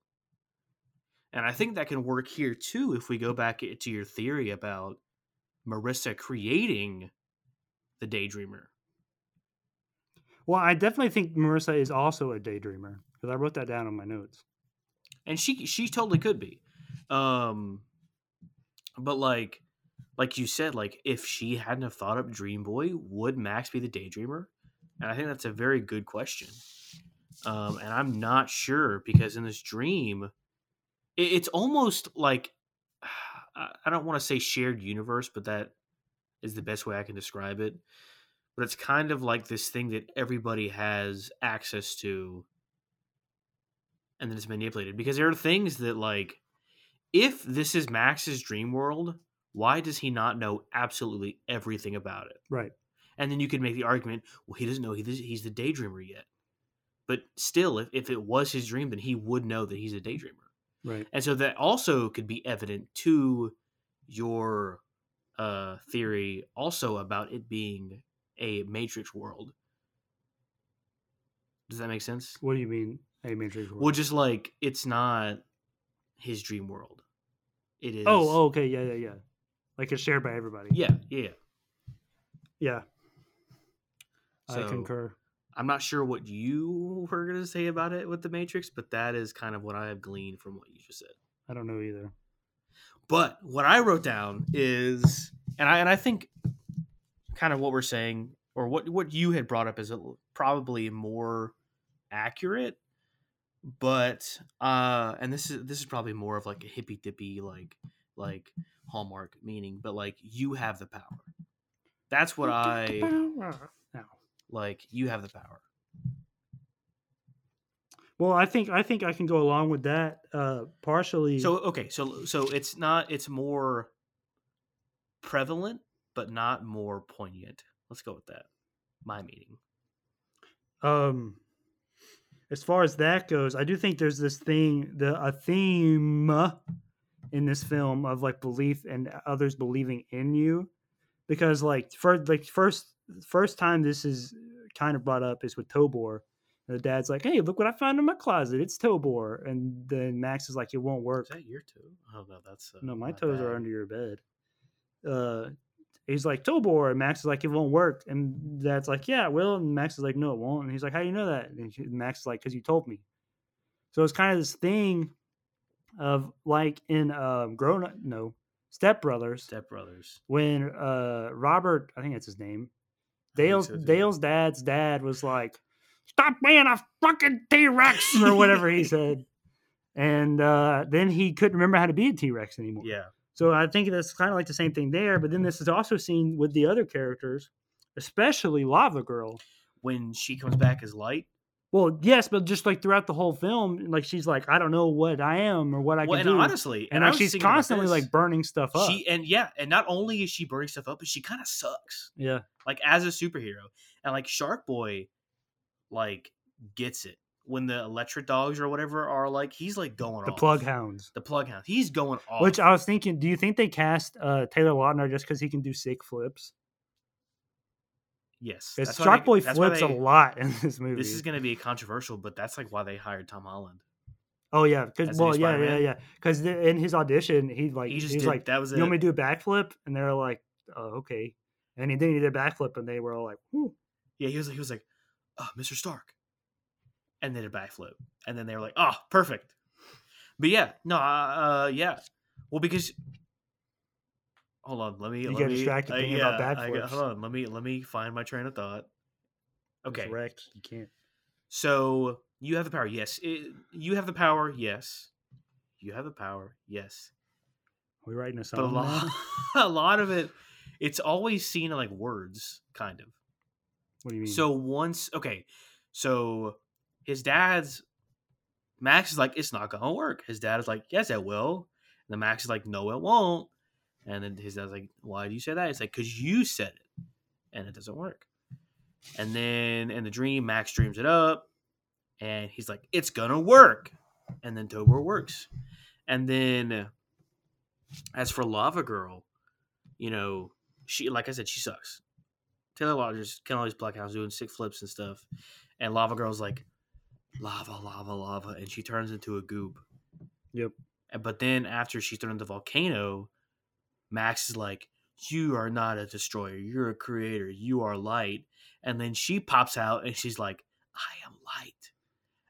[SPEAKER 1] And I think that can work here too if we go back to your theory about Marissa creating the Daydreamer.
[SPEAKER 3] well i definitely think marissa is also a daydreamer because i wrote that down on my notes
[SPEAKER 1] and she she totally could be um but like like you said like if she hadn't have thought up dream boy would max be the daydreamer and i think that's a very good question um and i'm not sure because in this dream it, it's almost like I- i don't want to say shared universe but that is the best way i can describe it but it's kind of like this thing that everybody has access to and then it's manipulated because there are things that like if this is max's dream world why does he not know absolutely everything about it
[SPEAKER 3] Right.
[SPEAKER 1] and then you could make the argument well he doesn't know he, he's the daydreamer yet but still if, if it was his dream then he would know that he's a daydreamer
[SPEAKER 3] Right.
[SPEAKER 1] and so that also could be evident to your uh, theory also about it being a matrix world does that make sense
[SPEAKER 3] What do you mean a matrix world?
[SPEAKER 1] Well, just like it's not his dream world. It is.
[SPEAKER 3] oh, oh, okay, yeah, yeah, yeah. Like it's shared by everybody.
[SPEAKER 1] yeah, yeah.
[SPEAKER 3] Yeah. I
[SPEAKER 1] So,
[SPEAKER 3] concur.
[SPEAKER 1] I'm not sure what you were gonna say about it with the Matrix, but that is kind of what I have gleaned from what you just said.
[SPEAKER 3] I don't know either.
[SPEAKER 1] But what I wrote down is, and I and I think, kind of what we're saying, or what what you had brought up is a, l- probably more accurate. But uh, and this is this is probably more of like a hippy dippy like like hallmark meaning, but like you have the power. That's what I
[SPEAKER 3] No.
[SPEAKER 1] like. You have the power.
[SPEAKER 3] Well, I think I think I can go along with that uh partially.
[SPEAKER 1] So okay, so so it's not it's more prevalent, but not more poignant. Let's go with that. My meaning.
[SPEAKER 3] um as far as that goes, I do think there's this thing, the a theme in this film of like belief and others believing in you. because like for like first first time this is kind of brought up is with Tobor. And the dad's like, "Hey, look what I found in my closet. It's Tobor." And then Max is like, "It won't work."
[SPEAKER 1] Is that your toe? Oh no, that's uh,
[SPEAKER 3] No, my toes
[SPEAKER 1] bad.
[SPEAKER 3] are under your bed. Uh, he's like Tobor, and Max is like, it won't work, and Dad's like, yeah, it will, and Max is like, no, it won't, and he's like, how do you know that? And she- Max is like, because you told me. So it's kind of this thing of like in um, grown up, no, Step Brothers,
[SPEAKER 1] Step Brothers.
[SPEAKER 3] when uh Robert, I think that's his name,
[SPEAKER 1] I think
[SPEAKER 3] Dale's
[SPEAKER 1] so, too.
[SPEAKER 3] Dale's dad's dad was like, "Stop being a fucking T Rex" or whatever he said, and uh then he couldn't remember how to be a T Rex anymore.
[SPEAKER 1] Yeah,
[SPEAKER 3] So I think that's kind of like the same thing there. But then this is also seen with the other characters, especially Lava Girl.
[SPEAKER 1] when she comes back as light.
[SPEAKER 3] Well, yes, but just like throughout the whole film, like she's like, I don't know what I am or what I
[SPEAKER 1] well,
[SPEAKER 3] can
[SPEAKER 1] and
[SPEAKER 3] do,
[SPEAKER 1] honestly,
[SPEAKER 3] and
[SPEAKER 1] I
[SPEAKER 3] like
[SPEAKER 1] was
[SPEAKER 3] she's
[SPEAKER 1] thinking about
[SPEAKER 3] constantly
[SPEAKER 1] this,
[SPEAKER 3] like burning stuff up.
[SPEAKER 1] she and yeah, and not only is she burning stuff up, but she kind of sucks.
[SPEAKER 3] yeah,
[SPEAKER 1] like as a superhero. And like Shark Boy, like gets it when the Electra dogs or whatever are like he's like going
[SPEAKER 3] the
[SPEAKER 1] off.
[SPEAKER 3] plug hounds.
[SPEAKER 1] the plug hound. He's going off.
[SPEAKER 3] Which I was thinking, do you think they cast uh, Taylor Lautner just because he can do sick flips?
[SPEAKER 1] yes,
[SPEAKER 3] Because
[SPEAKER 1] why they-
[SPEAKER 3] Sharkboy
[SPEAKER 1] that's why
[SPEAKER 3] flips a
[SPEAKER 1] they-
[SPEAKER 3] lot in this movie.
[SPEAKER 1] This is going to be controversial, but that's like why they hired Tom Holland.
[SPEAKER 3] oh yeah, because
[SPEAKER 1] as the new
[SPEAKER 3] well yeah yeah
[SPEAKER 1] Spider-Man?
[SPEAKER 3] yeah because in his audition he like
[SPEAKER 1] he
[SPEAKER 3] he
[SPEAKER 1] just
[SPEAKER 3] was
[SPEAKER 1] did,
[SPEAKER 3] like
[SPEAKER 1] that was
[SPEAKER 3] you
[SPEAKER 1] it.
[SPEAKER 3] want me to do a backflip and they're like oh okay and he then he did a backflip and they were all like Whew.
[SPEAKER 1] yeah, he was like he was like, oh, Mr. Stark, and then a backflip, and then they were like, oh, perfect. But yeah, no, uh, uh, yeah, well because. Hold on, let me.
[SPEAKER 3] You
[SPEAKER 1] let
[SPEAKER 3] get
[SPEAKER 1] me-
[SPEAKER 3] distracted
[SPEAKER 1] uh,
[SPEAKER 3] thinking about
[SPEAKER 1] yeah, I got-
[SPEAKER 3] backflips.
[SPEAKER 1] Hold on, let me let me find my train of thought.
[SPEAKER 3] It's
[SPEAKER 1] Okay,
[SPEAKER 3] wrecked you can't
[SPEAKER 1] So you have the power. Yes. It- you have the power. Yes. You have the power. Yes.
[SPEAKER 3] Are we writing a
[SPEAKER 1] But a
[SPEAKER 3] song
[SPEAKER 1] lot,
[SPEAKER 3] now?
[SPEAKER 1] a lot of it, it's always seen in like words, kind of.
[SPEAKER 3] what do you mean
[SPEAKER 1] So once, okay. So his dad's, Max is like, it's not going to work. His dad is like, yes, it will. And then Max is like, no, it won't. And then his dad's like, why do you say that? It's like, because you said it and it doesn't work. And then in the dream, Max dreams it up and he's like, it's going to work. And then Tobor works. And then as for Lava Girl, you know, she, like I said, she sucks. Taylor Lautner's killing all these black hounds doing sick flips and stuff. And Lava Girl's like, lava, lava, lava. And she turns into a goop.
[SPEAKER 3] Yep.
[SPEAKER 1] And- But then after she's turned into volcano, Max is like, you are not a destroyer. You're a creator. You are light. And then she pops out and she's like, I am light.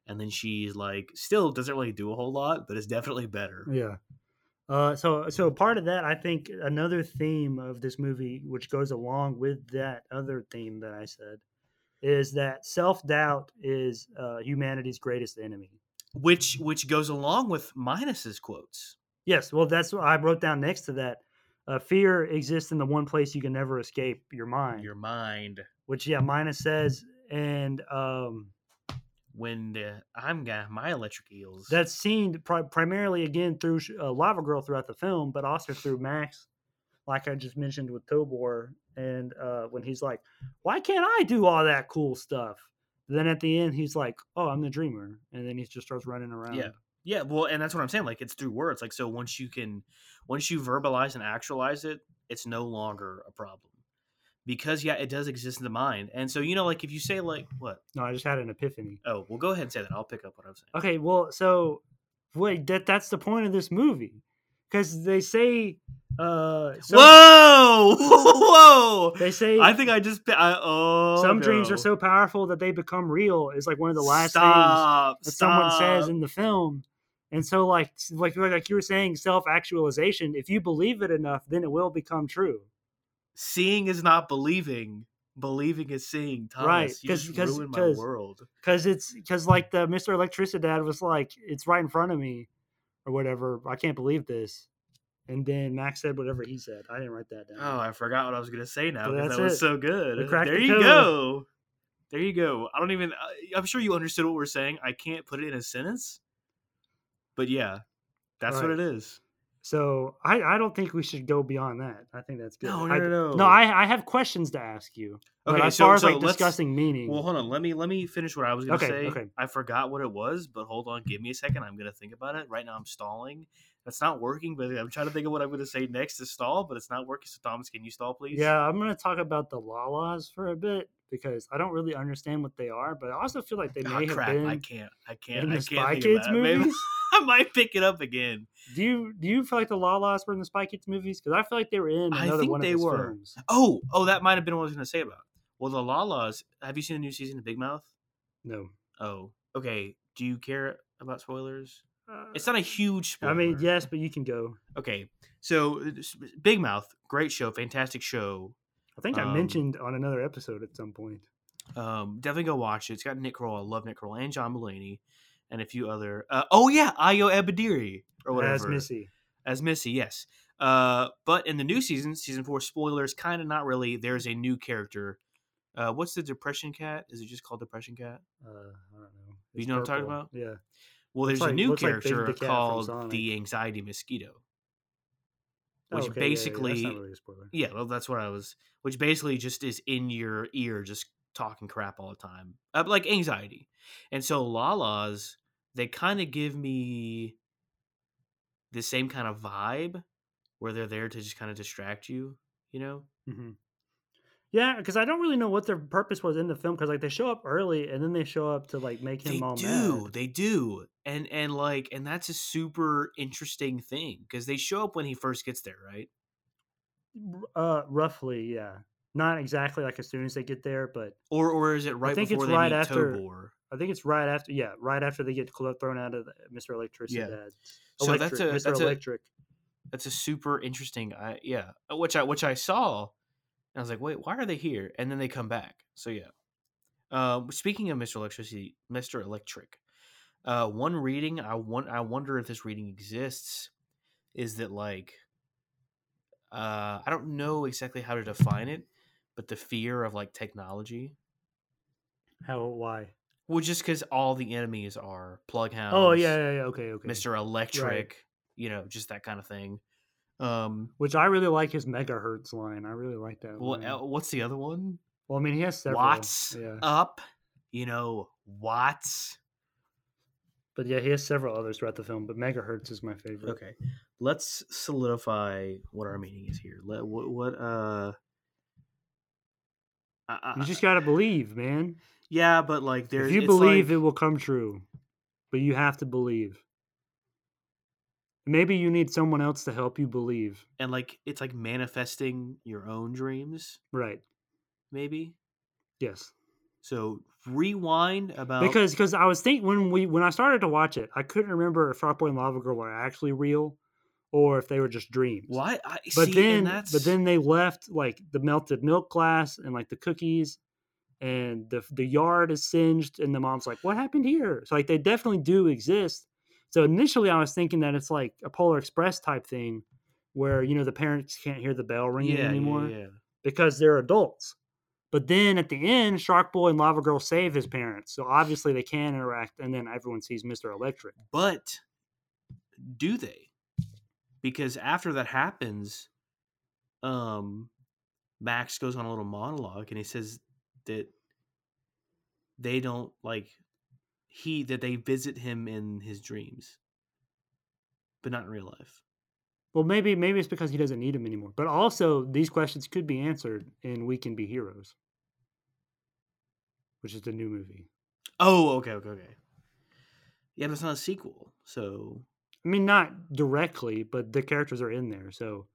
[SPEAKER 1] And then she's like, still doesn't really do a whole lot, but it's definitely better.
[SPEAKER 3] yeah uh, so so part of that I think another theme of this movie which goes along with that other theme that I said is that self doubt is uh, humanity's greatest enemy.
[SPEAKER 1] Which which goes along with Minus's quotes.
[SPEAKER 3] Yes, well, that's what I wrote down next to that. Uh, fear exists in the one place you can never escape your mind,
[SPEAKER 1] Your mind.
[SPEAKER 3] which, yeah, Mina says. And um,
[SPEAKER 1] When the, I'm got my electric eels.
[SPEAKER 3] that's seen pri- primarily again through sh- uh, Lava Girl throughout the film, but also through Max, like I just mentioned with Tobor. And uh, when he's like, why can't I do all that cool stuff? Then at the end, he's like, oh, I'm the dreamer. And then he just starts running around.
[SPEAKER 1] Yeah. Yeah, well, and that's what I'm saying. Like it's through words. Like so, once you can, once you verbalize and actualize it, it's no longer a problem because yeah, it does exist in the mind. And so you know, like if you say like what?
[SPEAKER 3] No, I just had an epiphany.
[SPEAKER 1] Oh, well, go ahead and say that. I'll pick up what I'm saying.
[SPEAKER 3] Okay, well, so wait, that that's the point of this movie. Cuz they say uh some-
[SPEAKER 1] whoa, whoa!
[SPEAKER 3] they say
[SPEAKER 1] I think I just I, oh.
[SPEAKER 3] some dreams
[SPEAKER 1] no.
[SPEAKER 3] are so powerful that they become real is like one of the last things
[SPEAKER 1] stop,
[SPEAKER 3] that someone says
[SPEAKER 1] stop.
[SPEAKER 3] in the film. And so like s- like like you were saying self-actualization, if you believe it enough, then it will become true.
[SPEAKER 1] seeing is not believing. Believing is seeing. Thomas,
[SPEAKER 3] Right,
[SPEAKER 1] you
[SPEAKER 3] 'cause-
[SPEAKER 1] just
[SPEAKER 3] because-
[SPEAKER 1] ruined my
[SPEAKER 3] because-
[SPEAKER 1] world.
[SPEAKER 3] Cuz it's cuz like the Mr. Electricidad was like it's right in front of me or whatever. I can't believe this. And then Max said whatever he said. I didn't write that down.
[SPEAKER 1] Oh, I forgot what I was gonna say now
[SPEAKER 3] But
[SPEAKER 1] because
[SPEAKER 3] that's
[SPEAKER 1] that was
[SPEAKER 3] it.
[SPEAKER 1] so good.
[SPEAKER 3] We cracked
[SPEAKER 1] There
[SPEAKER 3] the
[SPEAKER 1] you
[SPEAKER 3] code.
[SPEAKER 1] go. There you go. I don't even. I- I'm sure you understood what we're saying. I can't put it in a sentence, but yeah, that's what
[SPEAKER 3] Right.
[SPEAKER 1] it is.
[SPEAKER 3] So I, I don't think we should go beyond that. I think that's good.
[SPEAKER 1] No, no,
[SPEAKER 3] I,
[SPEAKER 1] no, no.
[SPEAKER 3] I, I have questions to ask you. but
[SPEAKER 1] Okay,
[SPEAKER 3] as
[SPEAKER 1] so-
[SPEAKER 3] far as
[SPEAKER 1] so
[SPEAKER 3] like
[SPEAKER 1] let's-
[SPEAKER 3] discussing meaning,
[SPEAKER 1] Well, hold on. Let me let me finish what I was gonna
[SPEAKER 3] Okay,
[SPEAKER 1] say.
[SPEAKER 3] okay.
[SPEAKER 1] I forgot what it was, but hold on. Give me a second. I'm gonna think about it. Right now, I'm stalling. That's not working. But I'm trying to think of what I'm gonna say next to stall, but it's not working. So Thomas, can you stall, please? Ah,
[SPEAKER 3] yeah, I'm gonna talk about the lalas for a bit because I don't really understand what they are, but I also feel like they
[SPEAKER 1] Ah,
[SPEAKER 3] may
[SPEAKER 1] crap!
[SPEAKER 3] have been
[SPEAKER 1] I can't. I can't.
[SPEAKER 3] in
[SPEAKER 1] I
[SPEAKER 3] the
[SPEAKER 1] can't
[SPEAKER 3] Spy
[SPEAKER 1] think
[SPEAKER 3] Kids
[SPEAKER 1] about it. Maybe
[SPEAKER 3] movies.
[SPEAKER 1] I might pick it up again.
[SPEAKER 3] do you do you feel like the lalas were in the Spy Kids movies? Because I feel like they were in
[SPEAKER 1] I
[SPEAKER 3] another
[SPEAKER 1] think
[SPEAKER 3] one
[SPEAKER 1] they
[SPEAKER 3] of his
[SPEAKER 1] were.
[SPEAKER 3] films.
[SPEAKER 1] Oh, oh, that might have been what I was gonna say about. Well, the Lalas. Have you seen the new season of Big Mouth?
[SPEAKER 3] No,
[SPEAKER 1] Oh, okay. Do you care about spoilers?
[SPEAKER 3] uh,
[SPEAKER 1] It's not a huge spoiler.
[SPEAKER 3] I mean, yes, but you can go.
[SPEAKER 1] Okay. So, uh, s- Big Mouth, great show, fantastic show.
[SPEAKER 3] I think I
[SPEAKER 1] Um,
[SPEAKER 3] mentioned on another episode at some point.
[SPEAKER 1] Um, definitely go watch it. It's got Nick Kroll. I love Nick Kroll and John Mulaney and a few other. Uh, oh, yeah. Ayo Ebadiri or whatever.
[SPEAKER 3] As Missy,
[SPEAKER 1] As Missy, yes. Uh, but in the new season, season four, spoilers, kind of not really. There's a new character. Uh, what's the Depression Cat? Is it just called Depression Cat?
[SPEAKER 3] uh, I don't know.
[SPEAKER 1] You
[SPEAKER 3] It's
[SPEAKER 1] know what I'm talking
[SPEAKER 3] purple.
[SPEAKER 1] about?
[SPEAKER 3] Yeah.
[SPEAKER 1] Well, there's a
[SPEAKER 3] Looks like-
[SPEAKER 1] new
[SPEAKER 3] looks like Big
[SPEAKER 1] character
[SPEAKER 3] the Cat from
[SPEAKER 1] called
[SPEAKER 3] Sonic.
[SPEAKER 1] the Anxiety Mosquito. Which
[SPEAKER 3] Oh, Okay, yeah, yeah,
[SPEAKER 1] basically
[SPEAKER 3] that's not really a spoiler.
[SPEAKER 1] Yeah, well, that's what I was. Which basically just is in your ear, just talking crap all the time, uh, like anxiety. And so Lala's, they kind of give me the same kind of vibe, where they're there to just kind of distract you, you know.
[SPEAKER 3] Mm-hmm. Yeah, because I don't really know what their purpose was in the film. Because like they show up early and then they show up to like make
[SPEAKER 1] They
[SPEAKER 3] him all
[SPEAKER 1] do,
[SPEAKER 3] mad.
[SPEAKER 1] they do, and and like, and that's a super interesting thing because they show up when he first gets there, right?
[SPEAKER 3] R- Uh, roughly, yeah. Not exactly like as soon as they get there, but
[SPEAKER 1] Or or is it right
[SPEAKER 3] think it's
[SPEAKER 1] before they
[SPEAKER 3] right
[SPEAKER 1] meet
[SPEAKER 3] after-
[SPEAKER 1] Tobor?
[SPEAKER 3] I think it's right after. Yeah, right after they get clo- thrown out of the, Mr. Electricity.
[SPEAKER 1] Yeah.
[SPEAKER 3] Dad.
[SPEAKER 1] So that's a-
[SPEAKER 3] Mr.
[SPEAKER 1] that's a-
[SPEAKER 3] Electric.
[SPEAKER 1] that's a super interesting I yeah uh, which i which i saw and i was like wait why are they here and then they come back so yeah uh, speaking of mr electricity mr electric uh, one reading i want i wonder if this reading exists is that like uh, i don't know exactly how to define it but the fear of like technology
[SPEAKER 3] How? Why?
[SPEAKER 1] well just because all the enemies are plughounds
[SPEAKER 3] Oh yeah, yeah, yeah. Okay, okay.
[SPEAKER 1] mr electric you know just that kind of thing um
[SPEAKER 3] Which I really like his megahertz line. I really like that.
[SPEAKER 1] well,
[SPEAKER 3] line.
[SPEAKER 1] el- what's the other one
[SPEAKER 3] well, I mean, he has several.
[SPEAKER 1] Watts
[SPEAKER 3] Yeah.
[SPEAKER 1] up, you know, Watts.
[SPEAKER 3] But yeah, he has several others throughout the film. But megahertz is my favorite.
[SPEAKER 1] Okay, let's solidify what our meaning is here. Let what, what uh, I, I-
[SPEAKER 3] You just gotta believe, man.
[SPEAKER 1] yeah, but like there,
[SPEAKER 3] if you
[SPEAKER 1] it's
[SPEAKER 3] believe,
[SPEAKER 1] like-
[SPEAKER 3] it will come true, but you have to believe. Maybe you need someone else to help you believe.
[SPEAKER 1] and like it's like manifesting your own dreams,
[SPEAKER 3] Right?
[SPEAKER 1] maybe.
[SPEAKER 3] Yes.
[SPEAKER 1] So rewind about
[SPEAKER 3] Because because I was thinking when we when I started to watch it, I couldn't remember if Shark Boy and Lava Girl were actually real, or if they were just dreams.
[SPEAKER 1] why I
[SPEAKER 3] But
[SPEAKER 1] see,
[SPEAKER 3] then
[SPEAKER 1] and that's
[SPEAKER 3] but then they left like the melted milk glass and like the cookies. And the the yard is singed, and the mom's like, "What happened here?" So like they definitely do exist. So initially, I was thinking that it's like a Polar Express type thing, where you know the parents can't hear the bell ringing
[SPEAKER 1] yeah,
[SPEAKER 3] anymore
[SPEAKER 1] yeah, yeah.
[SPEAKER 3] because they're adults. But then at the end, Shark Boy and Lava Girl save his parents, so obviously they can interact. And then everyone sees Mister Electric.
[SPEAKER 1] But do they? Because after that happens, um, Max goes on a little monologue and he says that they don't like he that they visit him in his dreams, but not in real life.
[SPEAKER 3] Well, maybe maybe it's because he doesn't need him anymore. But also, these questions could be answered in We Can Be Heroes, which is the new movie.
[SPEAKER 1] Oh, okay, okay, okay. Yeah, but it's not a sequel, so
[SPEAKER 3] I mean, not directly, but the characters are in there. So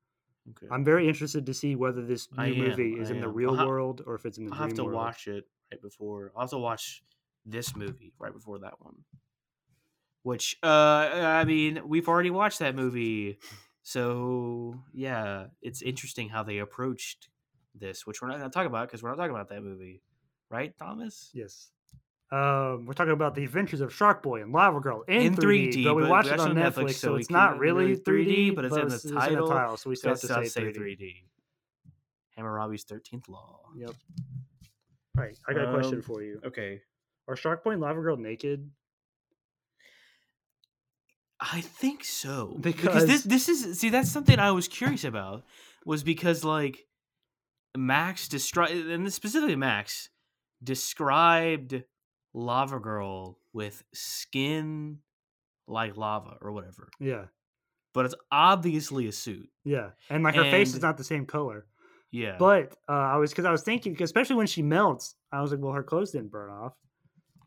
[SPEAKER 1] okay.
[SPEAKER 3] I'm very interested to see whether this new
[SPEAKER 1] I am,
[SPEAKER 3] movie is
[SPEAKER 1] I
[SPEAKER 3] in the
[SPEAKER 1] am.
[SPEAKER 3] real
[SPEAKER 1] I'll ha-
[SPEAKER 3] world or if it's in the
[SPEAKER 1] I'll
[SPEAKER 3] dream
[SPEAKER 1] have to
[SPEAKER 3] world.
[SPEAKER 1] watch it right before. I'll have to watch this movie right before that one. Which, uh, I mean, we've already watched that movie, so yeah, it's interesting how they approached this, which we're not going to talk about because we're not talking about that movie, right, Thomas?
[SPEAKER 3] Yes. Um, we're talking about the adventures of Shark Boy and Lava Girl in,
[SPEAKER 1] In
[SPEAKER 3] 3D,
[SPEAKER 1] 3D,
[SPEAKER 3] but we
[SPEAKER 1] but
[SPEAKER 3] watched
[SPEAKER 1] we
[SPEAKER 3] it
[SPEAKER 1] watched
[SPEAKER 3] on
[SPEAKER 1] it on
[SPEAKER 3] Netflix,
[SPEAKER 1] Netflix, so
[SPEAKER 3] so
[SPEAKER 1] we
[SPEAKER 3] it's
[SPEAKER 1] can't
[SPEAKER 3] not really 3D, but it's, in, the
[SPEAKER 1] title,
[SPEAKER 3] title, so we
[SPEAKER 1] So
[SPEAKER 3] still
[SPEAKER 1] it
[SPEAKER 3] have to
[SPEAKER 1] still
[SPEAKER 3] say
[SPEAKER 1] has to
[SPEAKER 3] 3D.
[SPEAKER 1] 3D. Hammurabi's 13th Law.
[SPEAKER 3] Yep. All right, I got a question
[SPEAKER 1] Um,
[SPEAKER 3] for you.
[SPEAKER 1] Okay.
[SPEAKER 3] Are Shark Boy and Lava Girl naked?
[SPEAKER 1] I think so.
[SPEAKER 3] Because-
[SPEAKER 1] this this is see that's something I was curious about was because like Max described and specifically Max described Lava Girl with skin like lava or whatever.
[SPEAKER 3] Yeah,
[SPEAKER 1] But it's obviously a suit.
[SPEAKER 3] yeah, and like her face is
[SPEAKER 1] And-
[SPEAKER 3] not the same color.
[SPEAKER 1] Yeah.
[SPEAKER 3] But uh, I was because I was thinking, 'cause especially when she melts, I was like, well, her clothes didn't burn off.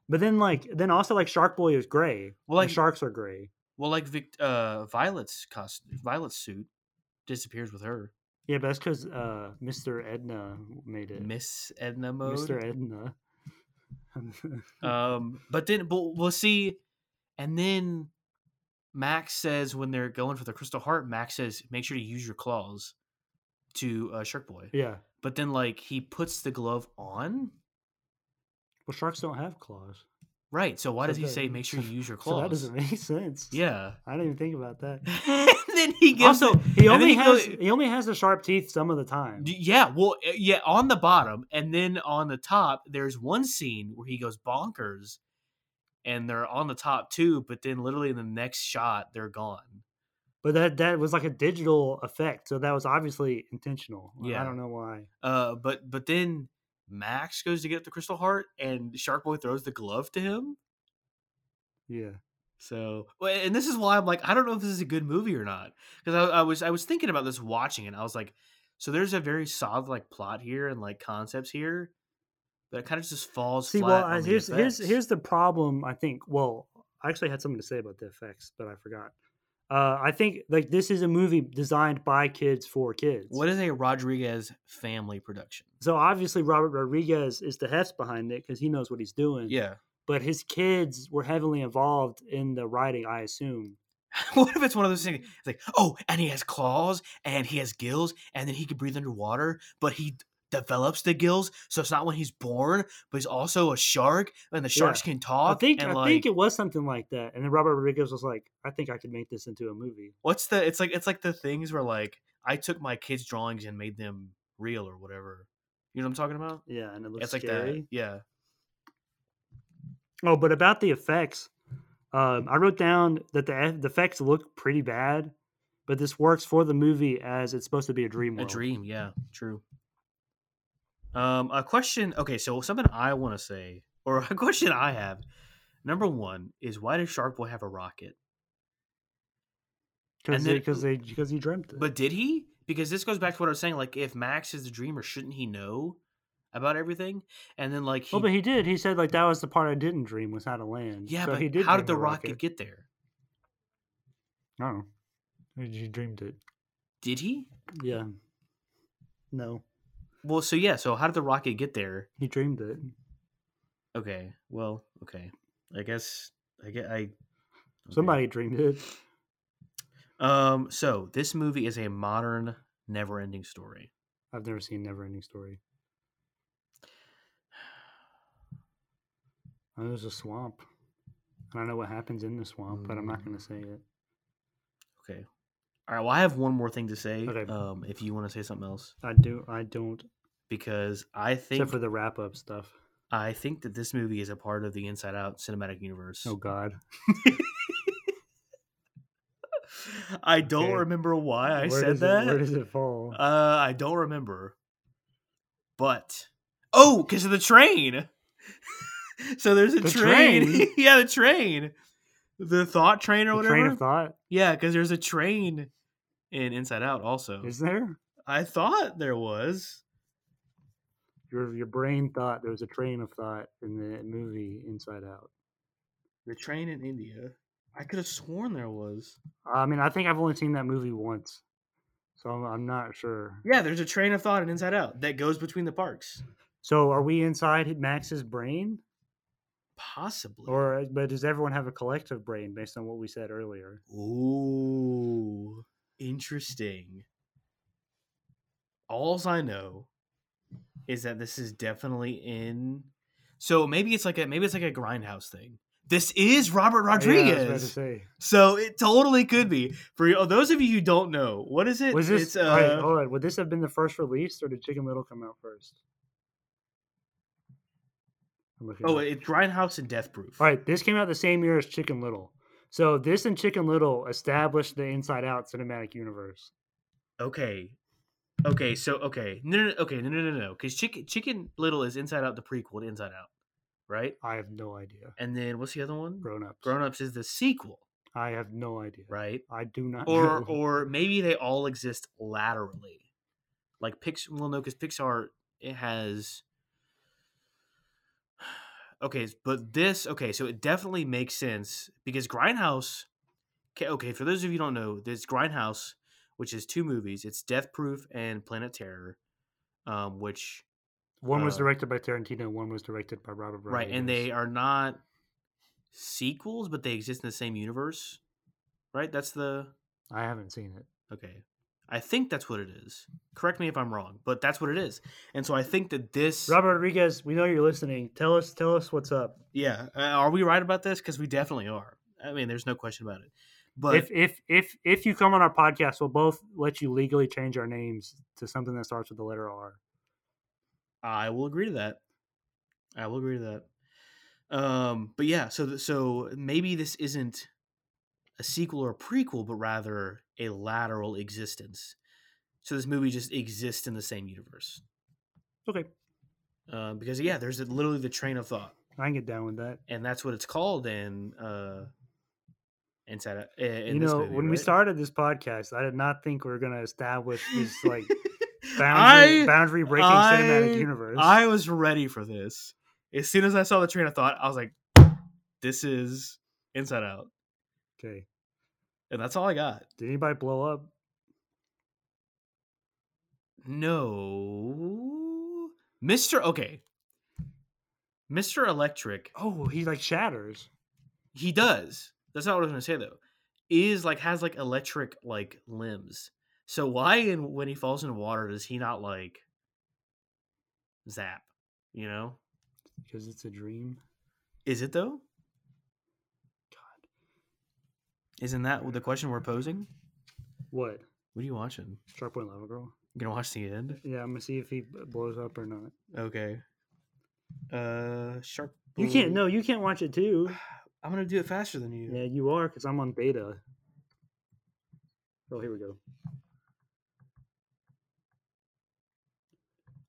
[SPEAKER 3] But then, like, then also like Shark Boy is gray.
[SPEAKER 1] well
[SPEAKER 3] Like
[SPEAKER 1] like
[SPEAKER 3] sharks are gray.
[SPEAKER 1] well like Vic, uh Violet's cost Violet's suit disappears with her.
[SPEAKER 3] Yeah, but that's because uh, Mr. Edna made it.
[SPEAKER 1] Miss Edna mode.
[SPEAKER 3] Mr. Edna.
[SPEAKER 1] Um, but then but we'll see. And then Max says when they're going for the crystal heart, Max says, "Make sure to use your claws." To uh, Shark Boy,
[SPEAKER 3] yeah.
[SPEAKER 1] but then like he puts the glove on,
[SPEAKER 3] Well, sharks don't have claws.
[SPEAKER 1] right? So why
[SPEAKER 3] So
[SPEAKER 1] does he
[SPEAKER 3] that-
[SPEAKER 1] say make sure you use your
[SPEAKER 3] So that
[SPEAKER 1] claws?
[SPEAKER 3] doesn't make sense.
[SPEAKER 1] yeah.
[SPEAKER 3] I didn't even think about that.
[SPEAKER 1] then he gives
[SPEAKER 3] also,
[SPEAKER 1] it-
[SPEAKER 3] he
[SPEAKER 1] and then
[SPEAKER 3] only
[SPEAKER 1] he
[SPEAKER 3] has
[SPEAKER 1] goes-
[SPEAKER 3] he only has the sharp teeth some of the time.
[SPEAKER 1] D- yeah, well, uh, yeah, on the bottom, and then on the top, there's one scene where he goes bonkers, and they're on the top too. But then, literally in the next shot, they're gone.
[SPEAKER 3] But that that was like a digital effect, so that was obviously intentional. I
[SPEAKER 1] Yeah.
[SPEAKER 3] don't know why.
[SPEAKER 1] Uh, but but then Max goes to get the crystal heart, and Shark Boy throws the glove to him.
[SPEAKER 3] Yeah.
[SPEAKER 1] So, well, and this is why I'm like, I don't know if this is a good movie or not, because I, I was I was thinking about this watching, and I was like, so there's a very solid like plot here and like concepts here, but it kind of just falls
[SPEAKER 3] See,
[SPEAKER 1] flat.
[SPEAKER 3] well,
[SPEAKER 1] on
[SPEAKER 3] I,
[SPEAKER 1] the
[SPEAKER 3] here's here's
[SPEAKER 1] effects.
[SPEAKER 3] here's the problem. I think. Well, I actually had something to say about the effects, but I forgot. Uh, I think like this is a movie designed by kids for kids.
[SPEAKER 1] what is a Rodriguez family production?
[SPEAKER 3] So obviously Robert Rodriguez is the heft behind it because he knows what he's doing.
[SPEAKER 1] Yeah.
[SPEAKER 3] But his kids were heavily involved in the writing, I assume.
[SPEAKER 1] What if it's one of those things? It's like, oh, and he has claws and he has gills, and then he can breathe underwater, but he d- develops the gills, so it's not when he's born, but he's also a shark, and the sharks can
[SPEAKER 3] I
[SPEAKER 1] talk.
[SPEAKER 3] think
[SPEAKER 1] and
[SPEAKER 3] I
[SPEAKER 1] like,
[SPEAKER 3] think it was something like that. And then Robert Rodriguez was like, I think I could make this into a movie.
[SPEAKER 1] what's the? It's like it's like the things where like I took my kids' drawings and made them real or whatever. You know what I'm talking about?
[SPEAKER 3] Yeah, and it looks
[SPEAKER 1] it's like
[SPEAKER 3] scary.
[SPEAKER 1] that. Yeah.
[SPEAKER 3] Oh, but about the effects, um, I wrote down that the, eff- the effects look pretty bad, but this works for the movie as it's supposed to be a dream
[SPEAKER 1] A
[SPEAKER 3] world.
[SPEAKER 1] dream, yeah, true. Um, a question. Okay, so something I want to say, or a question I have. Number one is why does Shark Boy have a rocket?
[SPEAKER 3] because
[SPEAKER 1] and
[SPEAKER 3] they
[SPEAKER 1] then-
[SPEAKER 3] because they because he dreamt it.
[SPEAKER 1] But did he? Because this goes back to what I was saying. Like, if Max is the dreamer, shouldn't he know about everything? And then, like, he,
[SPEAKER 3] well, Oh, but he did. He said like that was the part I didn't dream was how to land.
[SPEAKER 1] yeah,
[SPEAKER 3] So
[SPEAKER 1] but
[SPEAKER 3] he did
[SPEAKER 1] how did
[SPEAKER 3] dream
[SPEAKER 1] the rocket.
[SPEAKER 3] rocket
[SPEAKER 1] get there?
[SPEAKER 3] I don't know. You dreamed it.
[SPEAKER 1] Did he?
[SPEAKER 3] Yeah. No,
[SPEAKER 1] Well, so yeah, so how did the rocket get there?
[SPEAKER 3] he dreamed it.
[SPEAKER 1] Okay, well, okay, I guess I get I. okay.
[SPEAKER 3] Somebody dreamed it.
[SPEAKER 1] Um. So this movie is a modern, never-ending story.
[SPEAKER 3] I've never seen Neverending Story. Oh, there's a swamp. I don't know what happens in the swamp, but I'm not going to say it.
[SPEAKER 1] Okay. All right. Well, I have one more thing to say.
[SPEAKER 3] Okay.
[SPEAKER 1] Um, if you want to say something else,
[SPEAKER 3] I do. I don't.
[SPEAKER 1] because I think
[SPEAKER 3] Except for the wrap up stuff.
[SPEAKER 1] I think that this movie is a part of the Inside Out cinematic universe.
[SPEAKER 3] Oh God.
[SPEAKER 1] I don't
[SPEAKER 3] Okay.
[SPEAKER 1] remember why I
[SPEAKER 3] Where
[SPEAKER 1] said
[SPEAKER 3] does it-
[SPEAKER 1] that.
[SPEAKER 3] where does it fall?
[SPEAKER 1] uh, I don't remember. But oh, because of the train. so there's a
[SPEAKER 3] The
[SPEAKER 1] train.
[SPEAKER 3] train?
[SPEAKER 1] yeah, the train. The thought train or
[SPEAKER 3] The
[SPEAKER 1] whatever.
[SPEAKER 3] train of thought
[SPEAKER 1] yeah, because there's a train in Inside Out. Also,
[SPEAKER 3] is there?
[SPEAKER 1] I thought there was.
[SPEAKER 3] Your your brain thought there was a train of thought in the movie Inside Out.
[SPEAKER 1] The train in India. I could have sworn there was.
[SPEAKER 3] I mean, I think I've only seen that movie once, so I'm, I'm not sure.
[SPEAKER 1] Yeah, there's a train of thought in Inside Out that goes between the parks.
[SPEAKER 3] So, are we inside Max's brain?
[SPEAKER 1] Possibly.
[SPEAKER 3] Or uh, but does everyone have a collective brain based on what we said earlier?
[SPEAKER 1] Ooh, interesting. Alls I know is that this is definitely in. So maybe it's like a maybe it's like a grindhouse thing. This is Robert
[SPEAKER 3] Yeah, I was about to
[SPEAKER 1] Rodriguez,
[SPEAKER 3] say.
[SPEAKER 1] so it totally could be. For oh, those of you who don't know, what is it?
[SPEAKER 3] Was
[SPEAKER 1] It's,
[SPEAKER 3] this? oh,
[SPEAKER 1] uh,
[SPEAKER 3] all right, hold on. Would this have been the first release, or did Chicken Little come out first? I'm looking
[SPEAKER 1] oh,
[SPEAKER 3] it up.
[SPEAKER 1] it's Grindhouse and Death Proof.
[SPEAKER 3] all right. This came out the same year as Chicken Little, So this and Chicken Little established the Inside Out cinematic universe.
[SPEAKER 1] Okay. Okay, so okay. No, no, no okay, no, no, no, no. Because Chicken Chicken Little is Inside Out the prequel to Inside Out, right?
[SPEAKER 3] I have no idea.
[SPEAKER 1] And then what's the other one?
[SPEAKER 3] Grown ups.
[SPEAKER 1] Grown Ups is the sequel,
[SPEAKER 3] I have no idea.
[SPEAKER 1] right?
[SPEAKER 3] I do not.
[SPEAKER 1] Or
[SPEAKER 3] know.
[SPEAKER 1] or maybe they all exist laterally, like Pixar. Well, no, because Pixar it has. Okay, but this okay, so it definitely makes sense because Grindhouse. Okay, okay, for those of you who don't know, this Grindhouse, which is two movies, it's Death Proof and Planet Terror, um, which
[SPEAKER 3] one was
[SPEAKER 1] uh,
[SPEAKER 3] directed by Tarantino. One was directed by Robert.
[SPEAKER 1] right, and
[SPEAKER 3] Rodriguez.
[SPEAKER 1] they are not sequels, but they exist in the same universe, right? That's the
[SPEAKER 3] I haven't seen it.
[SPEAKER 1] Okay. I think that's what it is. Correct me if I'm wrong, but that's what it is. And so I think that this.
[SPEAKER 3] Robert Rodriguez, we know you're listening. Tell us, tell us what's up.
[SPEAKER 1] yeah. Uh, are we right about this? Because we definitely are. I mean, there's no question about it. But
[SPEAKER 3] if if if if you come on our podcast, we'll both let you legally change our names to something that starts with the letter R.
[SPEAKER 1] I will agree to that. I will agree to that. Um, but yeah, so th- so maybe this isn't a sequel or a prequel, but rather a lateral existence. So this movie just exists in the same universe.
[SPEAKER 3] Okay,
[SPEAKER 1] Uh, because yeah, there's literally the train of thought.
[SPEAKER 3] I can get down with that.
[SPEAKER 1] and that's what it's called in uh inside Out- i- in
[SPEAKER 3] you
[SPEAKER 1] this
[SPEAKER 3] know,
[SPEAKER 1] movie,
[SPEAKER 3] when we
[SPEAKER 1] right?
[SPEAKER 3] started this podcast, I did not think we were going to establish this like boundary
[SPEAKER 1] I,
[SPEAKER 3] boundary breaking
[SPEAKER 1] I-
[SPEAKER 3] cinematic universe.
[SPEAKER 1] I was ready for this as soon as i saw the train of thought i was like this is inside out
[SPEAKER 3] okay,
[SPEAKER 1] and that's all i got
[SPEAKER 3] did anybody blow up?
[SPEAKER 1] no mr okay mr electric
[SPEAKER 3] Oh, he like shatters.
[SPEAKER 1] he does that's not what i was gonna say though is like has like electric like limbs so why in when he falls in water does he not like zap you know
[SPEAKER 3] because it's a dream.
[SPEAKER 1] Is it though? Isn't that the question we're posing?
[SPEAKER 3] What?
[SPEAKER 1] What are you watching?
[SPEAKER 3] Sharp Point Lava Girl?
[SPEAKER 1] You gonna watch the end?
[SPEAKER 3] Yeah, I'm gonna see if he b- blows up or not.
[SPEAKER 1] Okay. Uh, sharp.
[SPEAKER 3] You can't.
[SPEAKER 1] know.
[SPEAKER 3] No, you can't watch it too.
[SPEAKER 1] I'm gonna do it faster than you.
[SPEAKER 3] Yeah, you are because I'm on beta. Oh, here we go.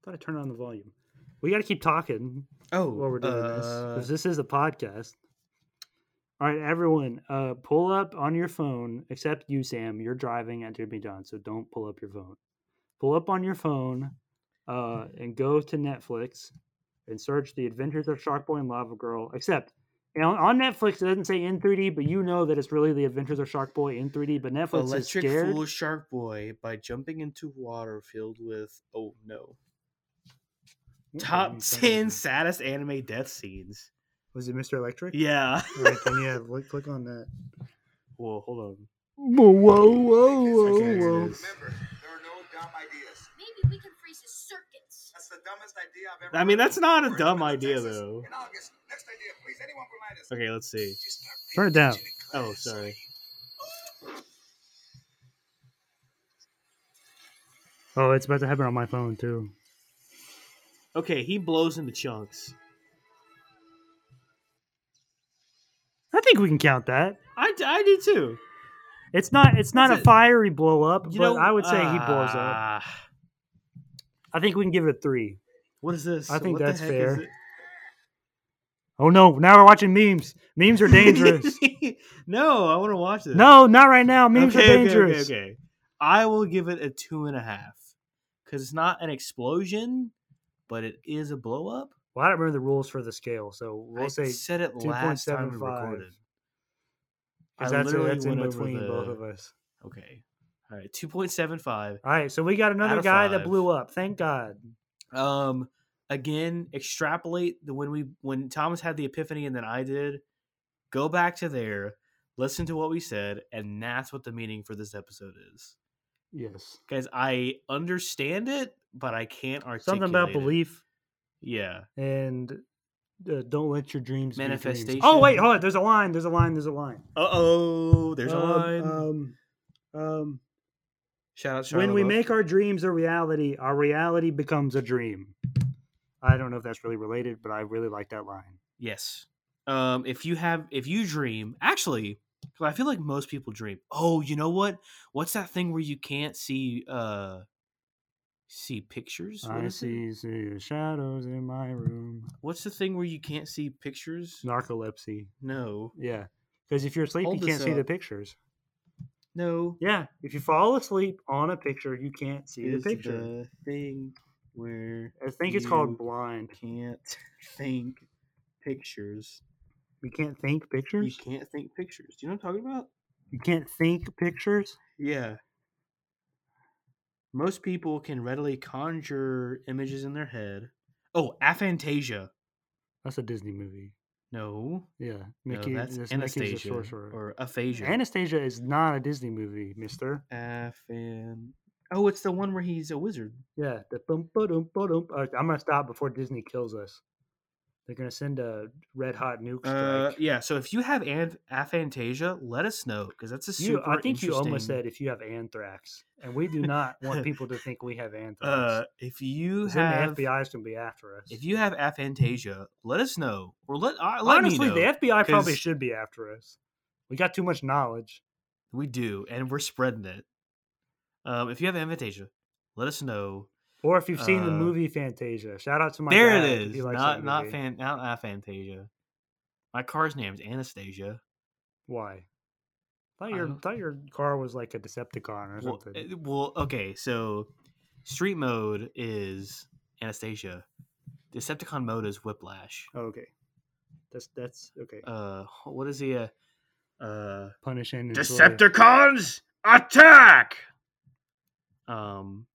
[SPEAKER 3] Thought I turned on the volume. We got to keep talking
[SPEAKER 1] Oh,
[SPEAKER 3] while we're doing this
[SPEAKER 1] uh,
[SPEAKER 3] because this is a podcast. All right, everyone, uh, pull up on your phone. Except you, Sam, you're driving at Jimmy John, so don't pull up your phone. Pull up on your phone uh, and go to Netflix and search The Adventures of Sharkboy and Lava Girl. Except you know, on Netflix, it doesn't say in 3D, but you know that it's really The Adventures of Sharkboy in 3D. But Netflix
[SPEAKER 1] Electric
[SPEAKER 3] is scared.
[SPEAKER 1] fool Shark Boy by jumping into water filled with oh no. Top ten saddest anime death scenes.
[SPEAKER 3] Was it Mr. Electric?
[SPEAKER 1] Yeah.
[SPEAKER 3] All right, then yeah, look, click on that.
[SPEAKER 1] Whoa, hold on.
[SPEAKER 3] Whoa, whoa, Oh, whoa,
[SPEAKER 1] Okay, there it is.
[SPEAKER 3] whoa.
[SPEAKER 2] Remember, there are no dumb ideas.
[SPEAKER 4] Maybe we can freeze his circuits.
[SPEAKER 2] That's the dumbest idea I've ever.
[SPEAKER 1] I mean,
[SPEAKER 2] heard.
[SPEAKER 1] that's not a
[SPEAKER 2] We're
[SPEAKER 1] dumb
[SPEAKER 2] in
[SPEAKER 1] idea
[SPEAKER 2] Texas
[SPEAKER 1] though.
[SPEAKER 2] In August, next idea, please. Anyone provide us.
[SPEAKER 1] Okay, let's see.
[SPEAKER 2] Just start
[SPEAKER 3] Turn it
[SPEAKER 2] paying
[SPEAKER 3] down.
[SPEAKER 2] attention in
[SPEAKER 1] Oh,
[SPEAKER 2] class.
[SPEAKER 1] sorry.
[SPEAKER 3] Oh, it's about to happen on my phone too.
[SPEAKER 1] Okay, he blows into chunks.
[SPEAKER 3] I think we can count that.
[SPEAKER 1] I, I do too.
[SPEAKER 3] It's not it's not
[SPEAKER 1] That's
[SPEAKER 3] a
[SPEAKER 1] it.
[SPEAKER 3] fiery blow up,
[SPEAKER 1] You
[SPEAKER 3] but
[SPEAKER 1] know,
[SPEAKER 3] I would say he blows up.
[SPEAKER 1] ah,
[SPEAKER 3] I think we can give it a three.
[SPEAKER 1] What is this?
[SPEAKER 3] I think
[SPEAKER 1] What the
[SPEAKER 3] that's
[SPEAKER 1] heck is
[SPEAKER 3] fair.
[SPEAKER 1] it?
[SPEAKER 3] Oh no, now we're watching memes. Memes are dangerous.
[SPEAKER 1] no, I want to watch this.
[SPEAKER 3] no, not right now. Memes
[SPEAKER 1] okay,
[SPEAKER 3] are
[SPEAKER 1] okay,
[SPEAKER 3] dangerous.
[SPEAKER 1] Okay, okay, I will give it a two and a half because it's not an explosion, but it is a blow up.
[SPEAKER 3] Well, I don't remember the rules for the scale, so we'll
[SPEAKER 1] I
[SPEAKER 3] say
[SPEAKER 1] said it last time we
[SPEAKER 3] 2.75.
[SPEAKER 1] recorded. I
[SPEAKER 3] 'cause that's,
[SPEAKER 1] literally
[SPEAKER 3] that's in
[SPEAKER 1] went over
[SPEAKER 3] between
[SPEAKER 1] the-
[SPEAKER 3] both of us.
[SPEAKER 1] Okay, all right, two point seven five.
[SPEAKER 3] All right, so we got
[SPEAKER 1] Out
[SPEAKER 3] another
[SPEAKER 1] of
[SPEAKER 3] guy
[SPEAKER 1] five.
[SPEAKER 3] that blew up. Thank God.
[SPEAKER 1] Um, again, extrapolate the when we when Thomas had the epiphany and then I did. Go back to there, listen to what we said, and that's what the meaning for this episode is.
[SPEAKER 3] Yes.
[SPEAKER 1] Guys, I understand it, but I can't articulate
[SPEAKER 3] Something about
[SPEAKER 1] it.
[SPEAKER 3] belief
[SPEAKER 1] Yeah,
[SPEAKER 3] and uh, don't let your dreams be dreams. Oh
[SPEAKER 1] Manifestation.
[SPEAKER 3] wait, hold on. There's a line. There's a line. There's a line.
[SPEAKER 1] Uh oh, there's a
[SPEAKER 3] Um,
[SPEAKER 1] line.
[SPEAKER 3] Um, um,
[SPEAKER 1] Shout out, Shia
[SPEAKER 3] when we
[SPEAKER 1] LaBeouf.
[SPEAKER 3] make our dreams a reality, our reality becomes a dream. I don't know if that's really related, but I really like that line.
[SPEAKER 1] yes. Um, if you have, if you dream, actually, 'Cause I feel like most people dream. Oh, you know what? What's that thing where you can't see uh see pictures? What
[SPEAKER 3] I
[SPEAKER 1] is it?
[SPEAKER 3] see, see your shadows in my room.
[SPEAKER 1] What's the thing where you can't see pictures?
[SPEAKER 3] Narcolepsy.
[SPEAKER 1] No.
[SPEAKER 3] Yeah. Because if you're asleep,
[SPEAKER 1] Hold
[SPEAKER 3] you can't
[SPEAKER 1] this
[SPEAKER 3] see the
[SPEAKER 1] up.
[SPEAKER 3] pictures.
[SPEAKER 1] No.
[SPEAKER 3] Yeah. If you fall asleep on a picture, you can't see
[SPEAKER 1] Is
[SPEAKER 3] the picture.
[SPEAKER 1] the thing where
[SPEAKER 3] I think it's
[SPEAKER 1] you-
[SPEAKER 3] called blind.
[SPEAKER 1] can't think pictures.
[SPEAKER 3] You can't think
[SPEAKER 1] You
[SPEAKER 3] pictures?
[SPEAKER 1] can't think pictures. Do you know what I'm talking about?
[SPEAKER 3] You can't think pictures?
[SPEAKER 1] Yeah. Most people can readily conjure images in their head. Oh, aphantasia.
[SPEAKER 3] That's a Disney movie.
[SPEAKER 1] No,
[SPEAKER 3] Yeah.
[SPEAKER 1] no, that's Anastasia or aphasia.
[SPEAKER 3] Anastasia is not a Disney movie, mister.
[SPEAKER 1] Aphan. Oh, it's the one where he's a wizard.
[SPEAKER 3] Yeah. The bum, ba-dum, ba-dum. All right, I'm going to stop before Disney kills us. They're going to send a red hot nuke strike.
[SPEAKER 1] Uh, yeah. So if you have an- aphantasia, let us know because that's a super.
[SPEAKER 3] You, I think you almost
[SPEAKER 1] interesting-
[SPEAKER 3] said if you have anthrax, and we do not want people to think we have anthrax.
[SPEAKER 1] Uh, if you
[SPEAKER 3] 'cause then
[SPEAKER 1] have
[SPEAKER 3] the FBI's gonna be after us.
[SPEAKER 1] If you have aphantasia, let us know, or let, uh, let me
[SPEAKER 3] Honestly,
[SPEAKER 1] know.
[SPEAKER 3] the FBI probably
[SPEAKER 1] 'cause-
[SPEAKER 3] should be after us. We got too much knowledge.
[SPEAKER 1] we do, and we're spreading it. Um, if you have aphantasia, let us know.
[SPEAKER 3] Or if you've seen the
[SPEAKER 1] Uh,
[SPEAKER 3] movie Fantasia, shout out to my
[SPEAKER 1] there
[SPEAKER 3] dad,
[SPEAKER 1] it
[SPEAKER 3] if he
[SPEAKER 1] is.
[SPEAKER 3] likes
[SPEAKER 1] Not
[SPEAKER 3] that
[SPEAKER 1] not
[SPEAKER 3] movie.
[SPEAKER 1] fan not aphantasia. My car's name is Anastasia.
[SPEAKER 3] Why? Thought
[SPEAKER 1] I
[SPEAKER 3] your
[SPEAKER 1] don't-
[SPEAKER 3] thought your car was like a Decepticon or
[SPEAKER 1] Well,
[SPEAKER 3] something.
[SPEAKER 1] uh, well, okay, so street mode is Anastasia. Decepticon mode is Whiplash.
[SPEAKER 3] Oh, okay, that's that's okay.
[SPEAKER 1] Uh, what is he? Uh, uh
[SPEAKER 3] Punish and enjoy.
[SPEAKER 1] Decepticons attack. Um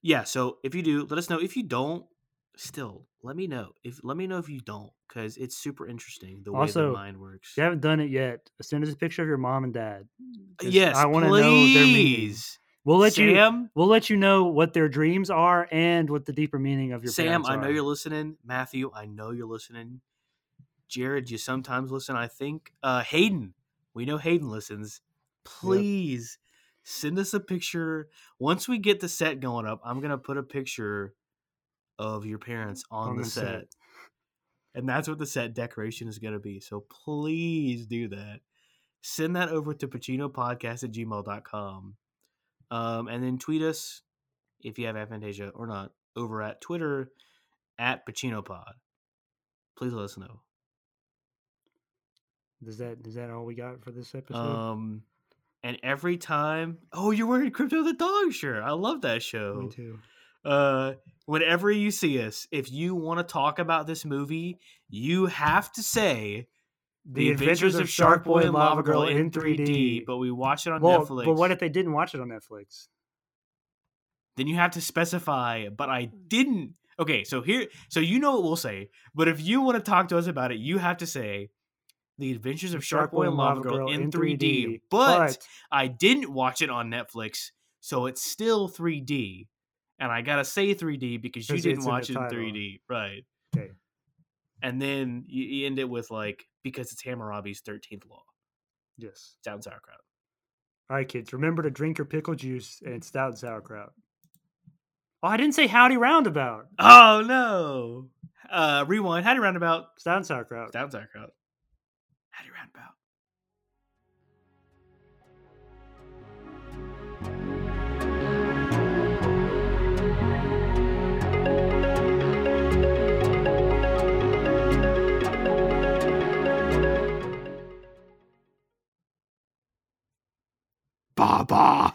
[SPEAKER 1] yeah, so if you do, let us know. If you don't, still let me know. If let me know if you don't cuz it's super interesting the way the
[SPEAKER 3] Also,
[SPEAKER 1] mind works. Uh,
[SPEAKER 3] If you haven't done it yet, send us a picture of your mom and dad. 'cause
[SPEAKER 1] yes,
[SPEAKER 3] I
[SPEAKER 1] I
[SPEAKER 3] wanna
[SPEAKER 1] want to
[SPEAKER 3] know their meaning. We'll let you
[SPEAKER 1] Sam,
[SPEAKER 3] We'll let you know what their dreams are and what the deeper meaning of your
[SPEAKER 1] Sam,
[SPEAKER 3] parents
[SPEAKER 1] I know
[SPEAKER 3] are.
[SPEAKER 1] you're listening. Matthew, I know you're listening. Jared, you sometimes listen, I think. Uh Hayden, we know Hayden listens. Please send us a picture. Once we get the set going up, I'm gonna put a picture of your parents on, the, set. And that's what the set decoration is gonna be. So please do that. Send that over to pacinopodcast at gmail.com. Um, and then tweet us if you have aphantasia or not over at Twitter at PacinoPod. Please let us know.
[SPEAKER 3] Is that is that all we got for this episode?
[SPEAKER 1] Um, and every time, oh, you're wearing Crypto the Dog shirt. I love that
[SPEAKER 3] Me
[SPEAKER 1] show.
[SPEAKER 3] too.
[SPEAKER 1] Uh, whenever you see us, if you want to talk about this movie, you have to say The, Adventures, of Shark Boy and Lava Girl in 3D. But we watch it on
[SPEAKER 3] well,
[SPEAKER 1] Netflix.
[SPEAKER 3] but what if they didn't watch it on Netflix?
[SPEAKER 1] then you have to specify but i didn't okay so here so you know what we'll say but if you want to talk to us about it you have to say the adventures of shark boy and lava girl, in 3d, but, i didn't watch it on netflix so it's still 3d and i gotta say 3d because you
[SPEAKER 3] 'Cause
[SPEAKER 1] didn't
[SPEAKER 3] it's in the
[SPEAKER 1] watch it in
[SPEAKER 3] title.
[SPEAKER 1] 3d right
[SPEAKER 3] Okay.
[SPEAKER 1] and then you, you end it with like because it's hammurabi's 13th law
[SPEAKER 3] yes.
[SPEAKER 1] sound sauerkraut
[SPEAKER 3] All right, kids, remember to drink your pickle juice and stout and sauerkraut. Oh, I didn't say howdy roundabout.
[SPEAKER 1] oh no uh rewind how to roundabout
[SPEAKER 3] Stout and sauerkraut.
[SPEAKER 1] sound sauerkraut how do you roundabout
[SPEAKER 5] Ba ba.